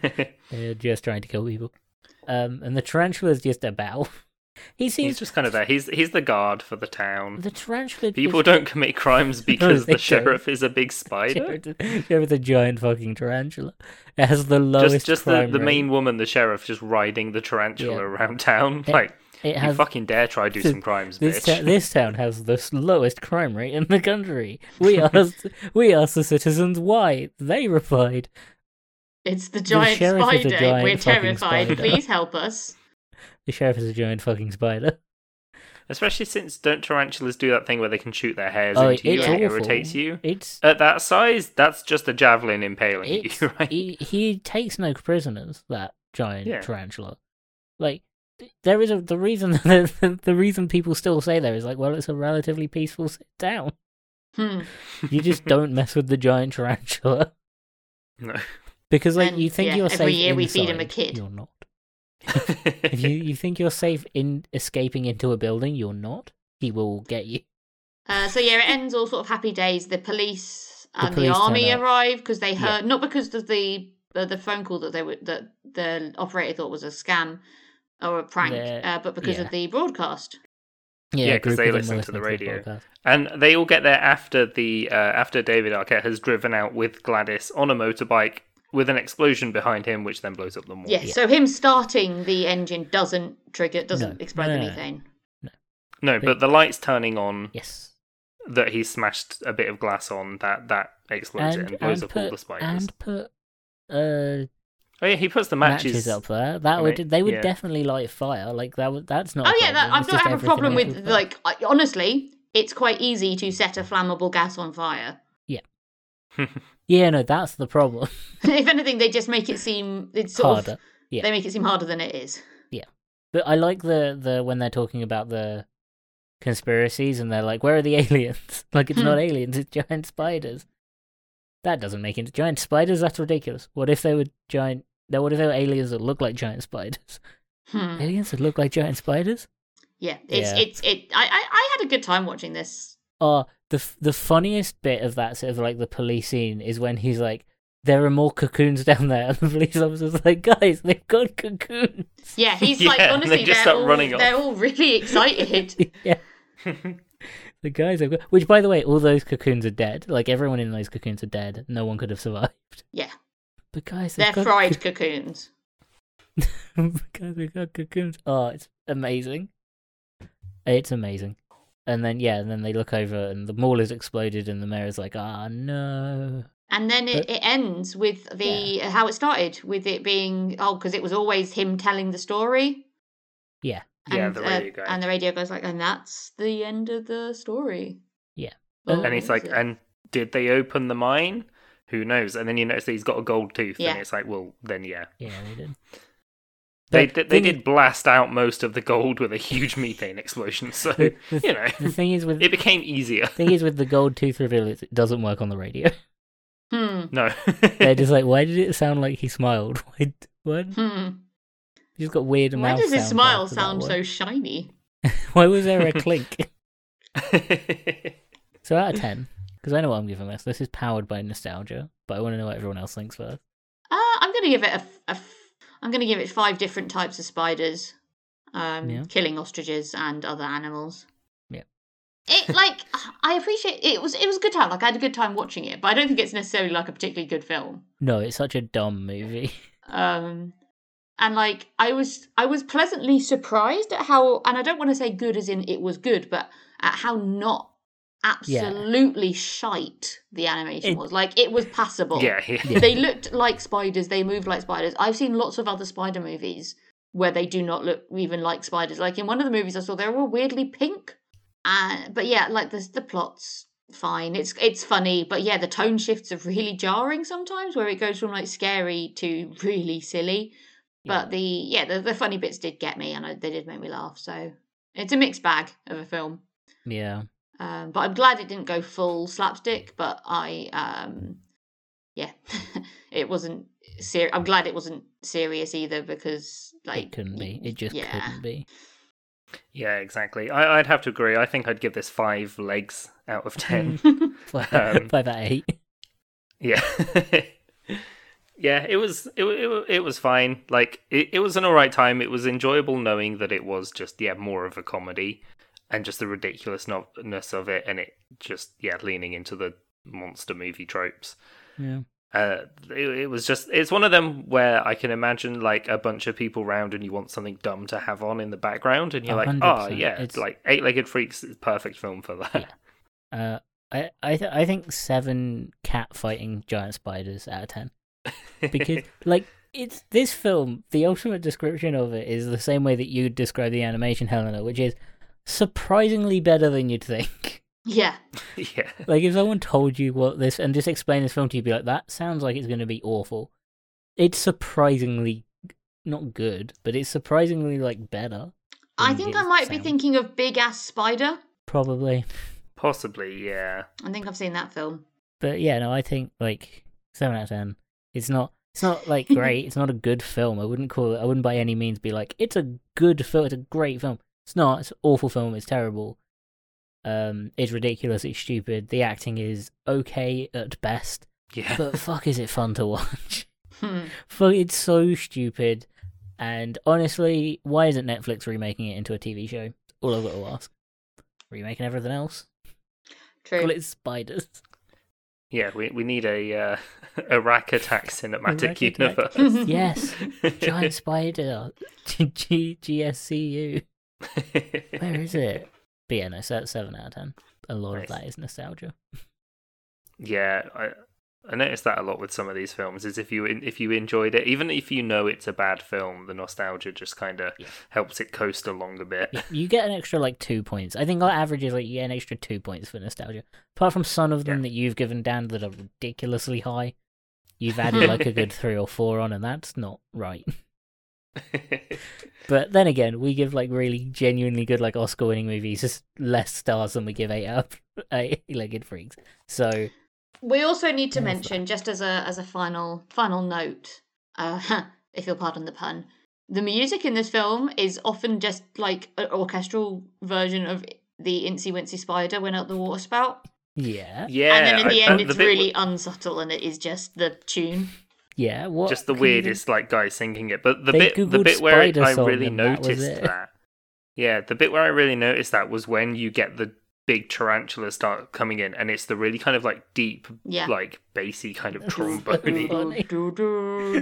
[SPEAKER 2] They're just trying to kill people. Um, and the tarantula's just a bow. [laughs] He
[SPEAKER 1] he's
[SPEAKER 2] seems
[SPEAKER 1] just kind of there. He's he's the guard for the town.
[SPEAKER 2] the tarantula.
[SPEAKER 1] People
[SPEAKER 2] just-
[SPEAKER 1] don't commit
[SPEAKER 2] [laughs]
[SPEAKER 1] crimes because
[SPEAKER 2] they
[SPEAKER 1] the sheriff is a big
[SPEAKER 2] [laughs]
[SPEAKER 1] spider.
[SPEAKER 2] Sheriff with a giant fucking tarantula. It has the lowest
[SPEAKER 1] Just just the,
[SPEAKER 2] crime
[SPEAKER 1] the
[SPEAKER 2] rate.
[SPEAKER 1] main woman, the sheriff, just riding the tarantula
[SPEAKER 2] Yeah.
[SPEAKER 1] around town.
[SPEAKER 2] It-
[SPEAKER 1] like
[SPEAKER 2] It
[SPEAKER 1] you
[SPEAKER 2] has
[SPEAKER 1] fucking dare try do
[SPEAKER 2] this-
[SPEAKER 1] some crimes,
[SPEAKER 2] this,
[SPEAKER 1] bitch.
[SPEAKER 2] ta- this town has the s- lowest crime rate in the country. We [laughs] asked we asked the citizens why. They replied,
[SPEAKER 3] It's the giant
[SPEAKER 2] sheriff is a
[SPEAKER 3] spider.
[SPEAKER 2] giant
[SPEAKER 3] We're
[SPEAKER 2] fucking
[SPEAKER 3] terrified.
[SPEAKER 2] spider.
[SPEAKER 3] Please help us.
[SPEAKER 2] "The sheriff is a giant fucking spider."
[SPEAKER 1] Especially since don't tarantulas do that thing where they can shoot their hairs
[SPEAKER 2] oh,
[SPEAKER 1] into you
[SPEAKER 2] it's
[SPEAKER 1] and it
[SPEAKER 2] awful.
[SPEAKER 1] irritates you? [laughs]
[SPEAKER 2] It's,
[SPEAKER 1] At that size, that's just a javelin impaling at
[SPEAKER 2] it's e-
[SPEAKER 1] you, [laughs] right?
[SPEAKER 2] he, he takes no prisoners. That giant
[SPEAKER 1] Yeah.
[SPEAKER 2] tarantula, like. th- There is a the reason [laughs] the, the reason people still say there is like well it's a relatively peaceful s- town.
[SPEAKER 3] Hmm.
[SPEAKER 1] [laughs]
[SPEAKER 2] You just don't mess with the giant tarantula [laughs]
[SPEAKER 1] No.
[SPEAKER 2] because, like,
[SPEAKER 3] And,
[SPEAKER 2] you think
[SPEAKER 3] yeah,
[SPEAKER 2] you're
[SPEAKER 3] every
[SPEAKER 2] safe
[SPEAKER 3] year we feed 'em a
[SPEAKER 2] inside,
[SPEAKER 3] kid.
[SPEAKER 2] You're not. If you you think you're safe in escaping into a building, you're not. He will get you.
[SPEAKER 3] Uh, so yeah, it ends all sort of happy days. The police
[SPEAKER 2] The
[SPEAKER 3] and the,
[SPEAKER 2] police turn
[SPEAKER 3] army
[SPEAKER 2] up.
[SPEAKER 3] arrive because they
[SPEAKER 2] Yeah.
[SPEAKER 3] heard not because of the uh, the phone call that they were that the operator thought was a scam or a prank,
[SPEAKER 2] The-
[SPEAKER 3] uh, but because
[SPEAKER 2] yeah.
[SPEAKER 3] of the broadcast.
[SPEAKER 1] Yeah,
[SPEAKER 2] a
[SPEAKER 1] 'cause
[SPEAKER 2] group
[SPEAKER 1] they
[SPEAKER 2] of them
[SPEAKER 1] listen
[SPEAKER 2] were
[SPEAKER 1] to the
[SPEAKER 2] listening
[SPEAKER 1] radio.
[SPEAKER 2] podcast.
[SPEAKER 1] And they all get there after the uh, after David Arquette has driven out with Gladys on a motorbike with an explosion behind him, which then blows up the mall.
[SPEAKER 3] Yes. So him starting the engine doesn't trigger, doesn't
[SPEAKER 2] No.
[SPEAKER 3] explode the
[SPEAKER 2] No.
[SPEAKER 3] methane.
[SPEAKER 1] No, but the lights turning on
[SPEAKER 2] Yes,
[SPEAKER 1] that he smashed a bit of glass on that that explodes it
[SPEAKER 2] and,
[SPEAKER 1] and blows
[SPEAKER 2] and
[SPEAKER 1] up
[SPEAKER 2] put
[SPEAKER 1] all the spiders.
[SPEAKER 2] and put uh,
[SPEAKER 1] Oh yeah, he puts the
[SPEAKER 2] matches,
[SPEAKER 1] matches,
[SPEAKER 2] up there. That
[SPEAKER 1] I
[SPEAKER 2] would
[SPEAKER 1] mean,
[SPEAKER 2] they would
[SPEAKER 1] yeah.
[SPEAKER 2] definitely light fire. Like that would that's not.
[SPEAKER 3] Oh
[SPEAKER 2] a
[SPEAKER 3] yeah, that,
[SPEAKER 2] problem,
[SPEAKER 3] I'm
[SPEAKER 2] it's
[SPEAKER 3] not
[SPEAKER 2] just
[SPEAKER 3] having a
[SPEAKER 2] everything
[SPEAKER 3] problem
[SPEAKER 2] else
[SPEAKER 3] with
[SPEAKER 2] fire.
[SPEAKER 3] like I, honestly, it's quite easy to set a flammable gas on fire. [laughs]
[SPEAKER 2] Yeah, no, that's the problem. [laughs]
[SPEAKER 3] if anything, they just make it seem it's sort
[SPEAKER 2] Harder.
[SPEAKER 3] of
[SPEAKER 2] Yeah.
[SPEAKER 3] they make it seem harder than it is.
[SPEAKER 2] But I like the the when they're talking about the conspiracies and they're like, "Where are the [laughs] aliens?" like it's not aliens, it's giant spiders. That doesn't make it giant spiders. That's ridiculous. What if they were giant? No, what if they were aliens that look like giant spiders?
[SPEAKER 3] Hmm.
[SPEAKER 2] Aliens that look like giant spiders?
[SPEAKER 3] Yeah, it's
[SPEAKER 2] Yeah.
[SPEAKER 3] it's it. I, I I had a good time watching this.
[SPEAKER 2] Oh, the f- the funniest bit of that sort of like the police scene is when he's like, "There are more cocoons [laughs] down there," and the police officer's like, "Guys, they've got cocoons."
[SPEAKER 1] [laughs]
[SPEAKER 3] Yeah, he's like
[SPEAKER 1] Yeah, and
[SPEAKER 3] honestly,
[SPEAKER 1] they just
[SPEAKER 3] are
[SPEAKER 1] start
[SPEAKER 3] all,
[SPEAKER 1] running off.
[SPEAKER 3] they're all really
[SPEAKER 1] [laughs]
[SPEAKER 3] excited.
[SPEAKER 2] yeah. [laughs] the guys have got. Which, by the way, all those cocoons are dead. Like everyone in those cocoons are dead. No one could have survived. [laughs]
[SPEAKER 3] yeah,
[SPEAKER 2] But guys,
[SPEAKER 3] they're
[SPEAKER 1] [laughs]
[SPEAKER 2] they've got... [laughs]
[SPEAKER 3] fried cocoons.
[SPEAKER 2] guys, we've got cocoons. Oh, it's amazing. It's amazing. And then yeah, and then they look over, and the mall is exploded, and the mayor is like, "Ah, no."
[SPEAKER 3] And then it,
[SPEAKER 2] But-
[SPEAKER 3] it ends with the
[SPEAKER 2] Yeah.
[SPEAKER 3] how it started with it being oh because it was always him telling the story
[SPEAKER 2] Yeah,
[SPEAKER 1] Yeah,
[SPEAKER 3] and,
[SPEAKER 1] the
[SPEAKER 3] uh,
[SPEAKER 1] radio guy.
[SPEAKER 3] and the radio guy's like, and that's the end of the story.
[SPEAKER 2] Yeah. Oh,
[SPEAKER 3] Well,
[SPEAKER 1] and he's
[SPEAKER 3] what
[SPEAKER 1] like,
[SPEAKER 3] was it?
[SPEAKER 1] and did they open the mine? Who knows? And then you notice that he's got a gold tooth,
[SPEAKER 3] Yeah.
[SPEAKER 1] and it's like, well, then yeah.
[SPEAKER 2] Yeah, they did.
[SPEAKER 1] [laughs] They,
[SPEAKER 2] The
[SPEAKER 1] they, they
[SPEAKER 2] thing-
[SPEAKER 1] did blast out most of the gold with a huge methane explosion, [laughs]
[SPEAKER 2] [laughs]
[SPEAKER 1] so,
[SPEAKER 2] The, the-
[SPEAKER 1] you know,
[SPEAKER 2] the thing is
[SPEAKER 1] [laughs]
[SPEAKER 2] with
[SPEAKER 1] it became easier.
[SPEAKER 2] thing is with the gold tooth reveal, is it doesn't work on the radio.
[SPEAKER 3] hmm,
[SPEAKER 2] [laughs]
[SPEAKER 1] No.
[SPEAKER 2] They're just like, why did it sound like he smiled? [laughs] Why? d- What?
[SPEAKER 3] hmm.
[SPEAKER 2] He's got weird
[SPEAKER 3] Why
[SPEAKER 2] mouth
[SPEAKER 3] does his
[SPEAKER 2] sounds
[SPEAKER 3] smile
[SPEAKER 2] after that
[SPEAKER 3] sound
[SPEAKER 2] one.
[SPEAKER 3] so shiny?
[SPEAKER 2] [laughs] Why was there a clink? [laughs]
[SPEAKER 1] [laughs]
[SPEAKER 2] So out of ten, because I know what I'm giving this. This is powered by nostalgia, but I want to know what everyone else thinks first.
[SPEAKER 3] Uh, I'm gonna give it a, f- a f- I'm gonna give it five different types of spiders, um,
[SPEAKER 2] Yeah.
[SPEAKER 3] killing ostriches and other animals.
[SPEAKER 2] Yeah. [laughs]
[SPEAKER 3] It like I appreciate it was it was a good time. Like I had a good time watching it, but I don't think it's necessarily like a particularly good film.
[SPEAKER 2] No, it's such a dumb movie. [laughs]
[SPEAKER 3] um and like i was i was pleasantly surprised at how and i don't want to say good as in it was good but at how not
[SPEAKER 2] Yeah.
[SPEAKER 3] absolutely shite the animation
[SPEAKER 2] It-
[SPEAKER 3] was like it was passable
[SPEAKER 1] yeah, yeah.
[SPEAKER 3] they looked like spiders they moved like spiders i've seen lots of other spider movies where they do not look even like spiders like in one of the movies i saw they were all weirdly pink uh, but yeah like the, the plot's fine it's it's funny but yeah the tone shifts are really jarring sometimes where it goes from like scary to [laughs] really silly but the yeah the, the funny bits did get me and I, they did make me laugh so it's a mixed bag of a film
[SPEAKER 2] yeah,
[SPEAKER 3] um, but I'm glad it didn't go full slapstick. But I, um, yeah, [laughs] it wasn't. Ser- I'm glad it wasn't serious either because like
[SPEAKER 2] it couldn't
[SPEAKER 3] y-
[SPEAKER 2] be. It just
[SPEAKER 3] yeah.
[SPEAKER 2] couldn't be.
[SPEAKER 1] [laughs]
[SPEAKER 2] [laughs]
[SPEAKER 1] Yeah, exactly. I, I'd have to agree. I think I'd give this five legs out of
[SPEAKER 3] Mm.
[SPEAKER 1] ten.
[SPEAKER 2] Five, [laughs]
[SPEAKER 1] Um,
[SPEAKER 2] five out of eight.
[SPEAKER 1] [laughs] yeah, [laughs] yeah. It was it wa- it, wa- it was fine. Like it, it was an alright time. It was enjoyable knowing that it was just yeah more of a comedy, and just the ridiculousness of it, and it just yeah leaning into the monster movie tropes.
[SPEAKER 2] Yeah,
[SPEAKER 1] uh it, it was just it's one of them where i can imagine like a bunch of people round and you want something dumb to have on in the background and you're like oh
[SPEAKER 2] 100%.
[SPEAKER 1] yeah
[SPEAKER 2] It's-
[SPEAKER 1] it's like eight-legged freaks is perfect film for that
[SPEAKER 2] uh, I I th- I think seven cat fighting giant spiders out of ten
[SPEAKER 1] [laughs]
[SPEAKER 2] because like it's this film. The ultimate description of it is the same way that you describe the animation, Helena, which is surprisingly better than you'd think.
[SPEAKER 3] [laughs]
[SPEAKER 2] [laughs]
[SPEAKER 3] yeah,
[SPEAKER 1] yeah
[SPEAKER 2] Like if someone told you what this and just explained this film to you, you'd be like, that sounds like it's going to be awful. It's surprisingly not good, but it's surprisingly like better.
[SPEAKER 3] I
[SPEAKER 2] than
[SPEAKER 3] think
[SPEAKER 2] it
[SPEAKER 3] I might be
[SPEAKER 2] sounds.
[SPEAKER 3] thinking of Big Ass Spider.
[SPEAKER 2] probably.
[SPEAKER 1] possibly yeah
[SPEAKER 3] I think I've seen that film. [laughs]
[SPEAKER 2] But yeah, no, I think like seven out of ten. It's not. It's not like great. it's not a good film. I wouldn't call it. I wouldn't by any means be like it's a good film. It's a great film. It's not. It's an awful film. It's terrible. Um, it's ridiculous. It's stupid. The acting is okay at best,
[SPEAKER 1] yeah
[SPEAKER 2] but fuck, is it fun to watch? [laughs]
[SPEAKER 3] Hmm.
[SPEAKER 2] Fuck, it's so stupid. And honestly, why isn't Netflix remaking it into a TV show? All I've got to ask. Remaking everything else?
[SPEAKER 3] True.
[SPEAKER 2] Call it spiders.
[SPEAKER 1] [laughs] yeah we, we need a uh [laughs] a rack attack cinematic
[SPEAKER 2] Rack Attack.
[SPEAKER 1] universe
[SPEAKER 3] [laughs]
[SPEAKER 2] Yes,
[SPEAKER 1] [laughs]
[SPEAKER 2] [laughs] giant spider. [laughs] G- GSCU.
[SPEAKER 1] [laughs]
[SPEAKER 2] Where is it? But yeah, no, so that's 7 out of 10. A lot
[SPEAKER 1] Nice.
[SPEAKER 2] of that is nostalgia.
[SPEAKER 1] yeah i I noticed that a lot with some of these films is if you if you enjoyed it, even if you know it's a bad film, the nostalgia just kind of helps it coast along a bit.
[SPEAKER 2] Yeah, You get an extra, like, two points. I think our average is, like, you get an extra two points for nostalgia. Apart from some of them
[SPEAKER 1] Yeah.
[SPEAKER 2] that you've given Dan that are ridiculously high,
[SPEAKER 1] [laughs]
[SPEAKER 2] you've added, like, a good three or four on, and that's not right. [laughs]
[SPEAKER 1] [laughs]
[SPEAKER 2] But then again, we give like really genuinely good like Oscar winning movies just less stars than we give eight up [laughs] eight legged freaks. So
[SPEAKER 3] We also need to
[SPEAKER 2] Yeah, that's
[SPEAKER 3] mention, just as a as a final final note, uh, [laughs] if you'll pardon the pun, the music in this film is often just like an orchestral version of the Incy Wincy Spider when out the water spout,
[SPEAKER 2] yeah.
[SPEAKER 1] yeah,
[SPEAKER 3] and then in
[SPEAKER 1] I-
[SPEAKER 3] the
[SPEAKER 1] uh,
[SPEAKER 3] end, it's
[SPEAKER 1] bit
[SPEAKER 3] really unsubtle and it is just the tune.
[SPEAKER 2] Yeah. What
[SPEAKER 1] just the
[SPEAKER 2] can you even-
[SPEAKER 1] weirdest like guy singing it. But the
[SPEAKER 2] They
[SPEAKER 1] bit the
[SPEAKER 2] Googled
[SPEAKER 1] bit where it-
[SPEAKER 2] spider
[SPEAKER 1] I
[SPEAKER 2] song
[SPEAKER 1] really
[SPEAKER 2] and that was
[SPEAKER 1] noticed
[SPEAKER 2] it.
[SPEAKER 1] that, Yeah, the bit where I really noticed that was when you get the big tarantula start coming in and it's the really kind of like deep
[SPEAKER 3] Yeah.
[SPEAKER 1] like bassy kind
[SPEAKER 2] [laughs]
[SPEAKER 1] of
[SPEAKER 2] That's so
[SPEAKER 1] trombone
[SPEAKER 3] [laughs]
[SPEAKER 2] funny.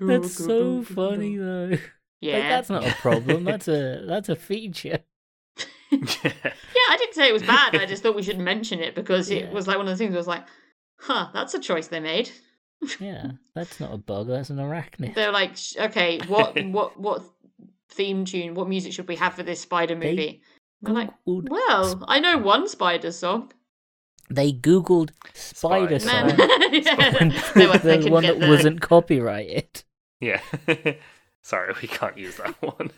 [SPEAKER 3] That's
[SPEAKER 2] That's so funny though. [laughs]
[SPEAKER 3] Yeah,
[SPEAKER 2] Like that's not a problem. That's a that's a feature.
[SPEAKER 1] [laughs]
[SPEAKER 3] yeah. I didn't say it was bad. I just thought we should mention it because it
[SPEAKER 2] Yeah.
[SPEAKER 3] was like one of the things. I was like, huh, that's a choice they made.
[SPEAKER 2] Yeah. That's not a bug, that's an arachnid. [laughs]
[SPEAKER 3] They're like, "Sh- okay, what, what, what theme tune? What music should we have for this spider
[SPEAKER 2] They
[SPEAKER 3] movie? We're like,
[SPEAKER 2] Googled
[SPEAKER 3] well, I know one spider song.
[SPEAKER 2] They googled spider
[SPEAKER 1] Spider.
[SPEAKER 2] song.
[SPEAKER 3] Man, [laughs]
[SPEAKER 2] [laughs] and
[SPEAKER 3] yeah. They were- they
[SPEAKER 2] the
[SPEAKER 3] could
[SPEAKER 2] one
[SPEAKER 3] get
[SPEAKER 2] that
[SPEAKER 3] the-
[SPEAKER 2] wasn't copyrighted.
[SPEAKER 1] Yeah. [laughs] Sorry, we can't use that [laughs] one.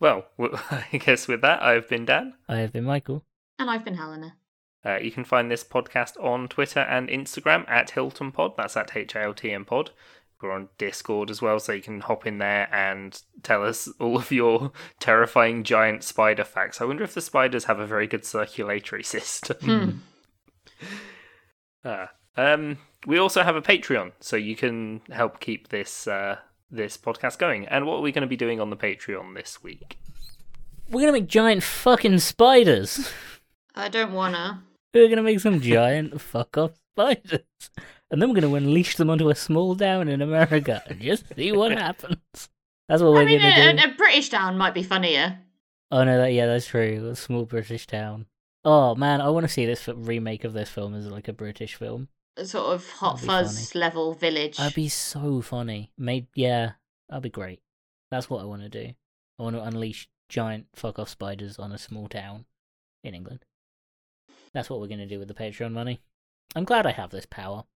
[SPEAKER 1] well, w- [laughs] I guess with that, I've been Dan.
[SPEAKER 2] I have been Michael.
[SPEAKER 3] And I've been Helena.
[SPEAKER 1] Uh, you can find this podcast on Twitter and Instagram at Hilton Pod. That's at H I L T M Pod. We're on Discord as well, so you can hop in there and tell us [laughs] all of your terrifying giant spider facts. I wonder if the spiders have a very good circulatory system.
[SPEAKER 3] Hmm.
[SPEAKER 1] [laughs] Ah. Um, we also have a Patreon, so you can help keep this uh, this podcast going. And what are we going to be doing on the Patreon this week?
[SPEAKER 2] We're gonna make giant fucking spiders. [laughs]
[SPEAKER 3] I don't wanna.
[SPEAKER 2] We're gonna make some giant fuck off spiders. And then we're gonna unleash them onto a small town in America and just see what happens. That's what we're
[SPEAKER 3] I mean, uh,
[SPEAKER 2] gonna do.
[SPEAKER 3] a, a, a British town might be funnier.
[SPEAKER 2] Oh no, that yeah, that's true. A small British town. Oh man, I want to see this f- remake of this film as like a British film.
[SPEAKER 3] A sort of
[SPEAKER 2] That'd
[SPEAKER 3] hot
[SPEAKER 2] be
[SPEAKER 3] fuzz level village.
[SPEAKER 2] That'd be so funny. Made yeah, that'd be great. That's what I want to do. I want to unleash giant fuck off spiders on a small town in England. That's what we're gonna do with the Patreon money. I'm glad I have this power.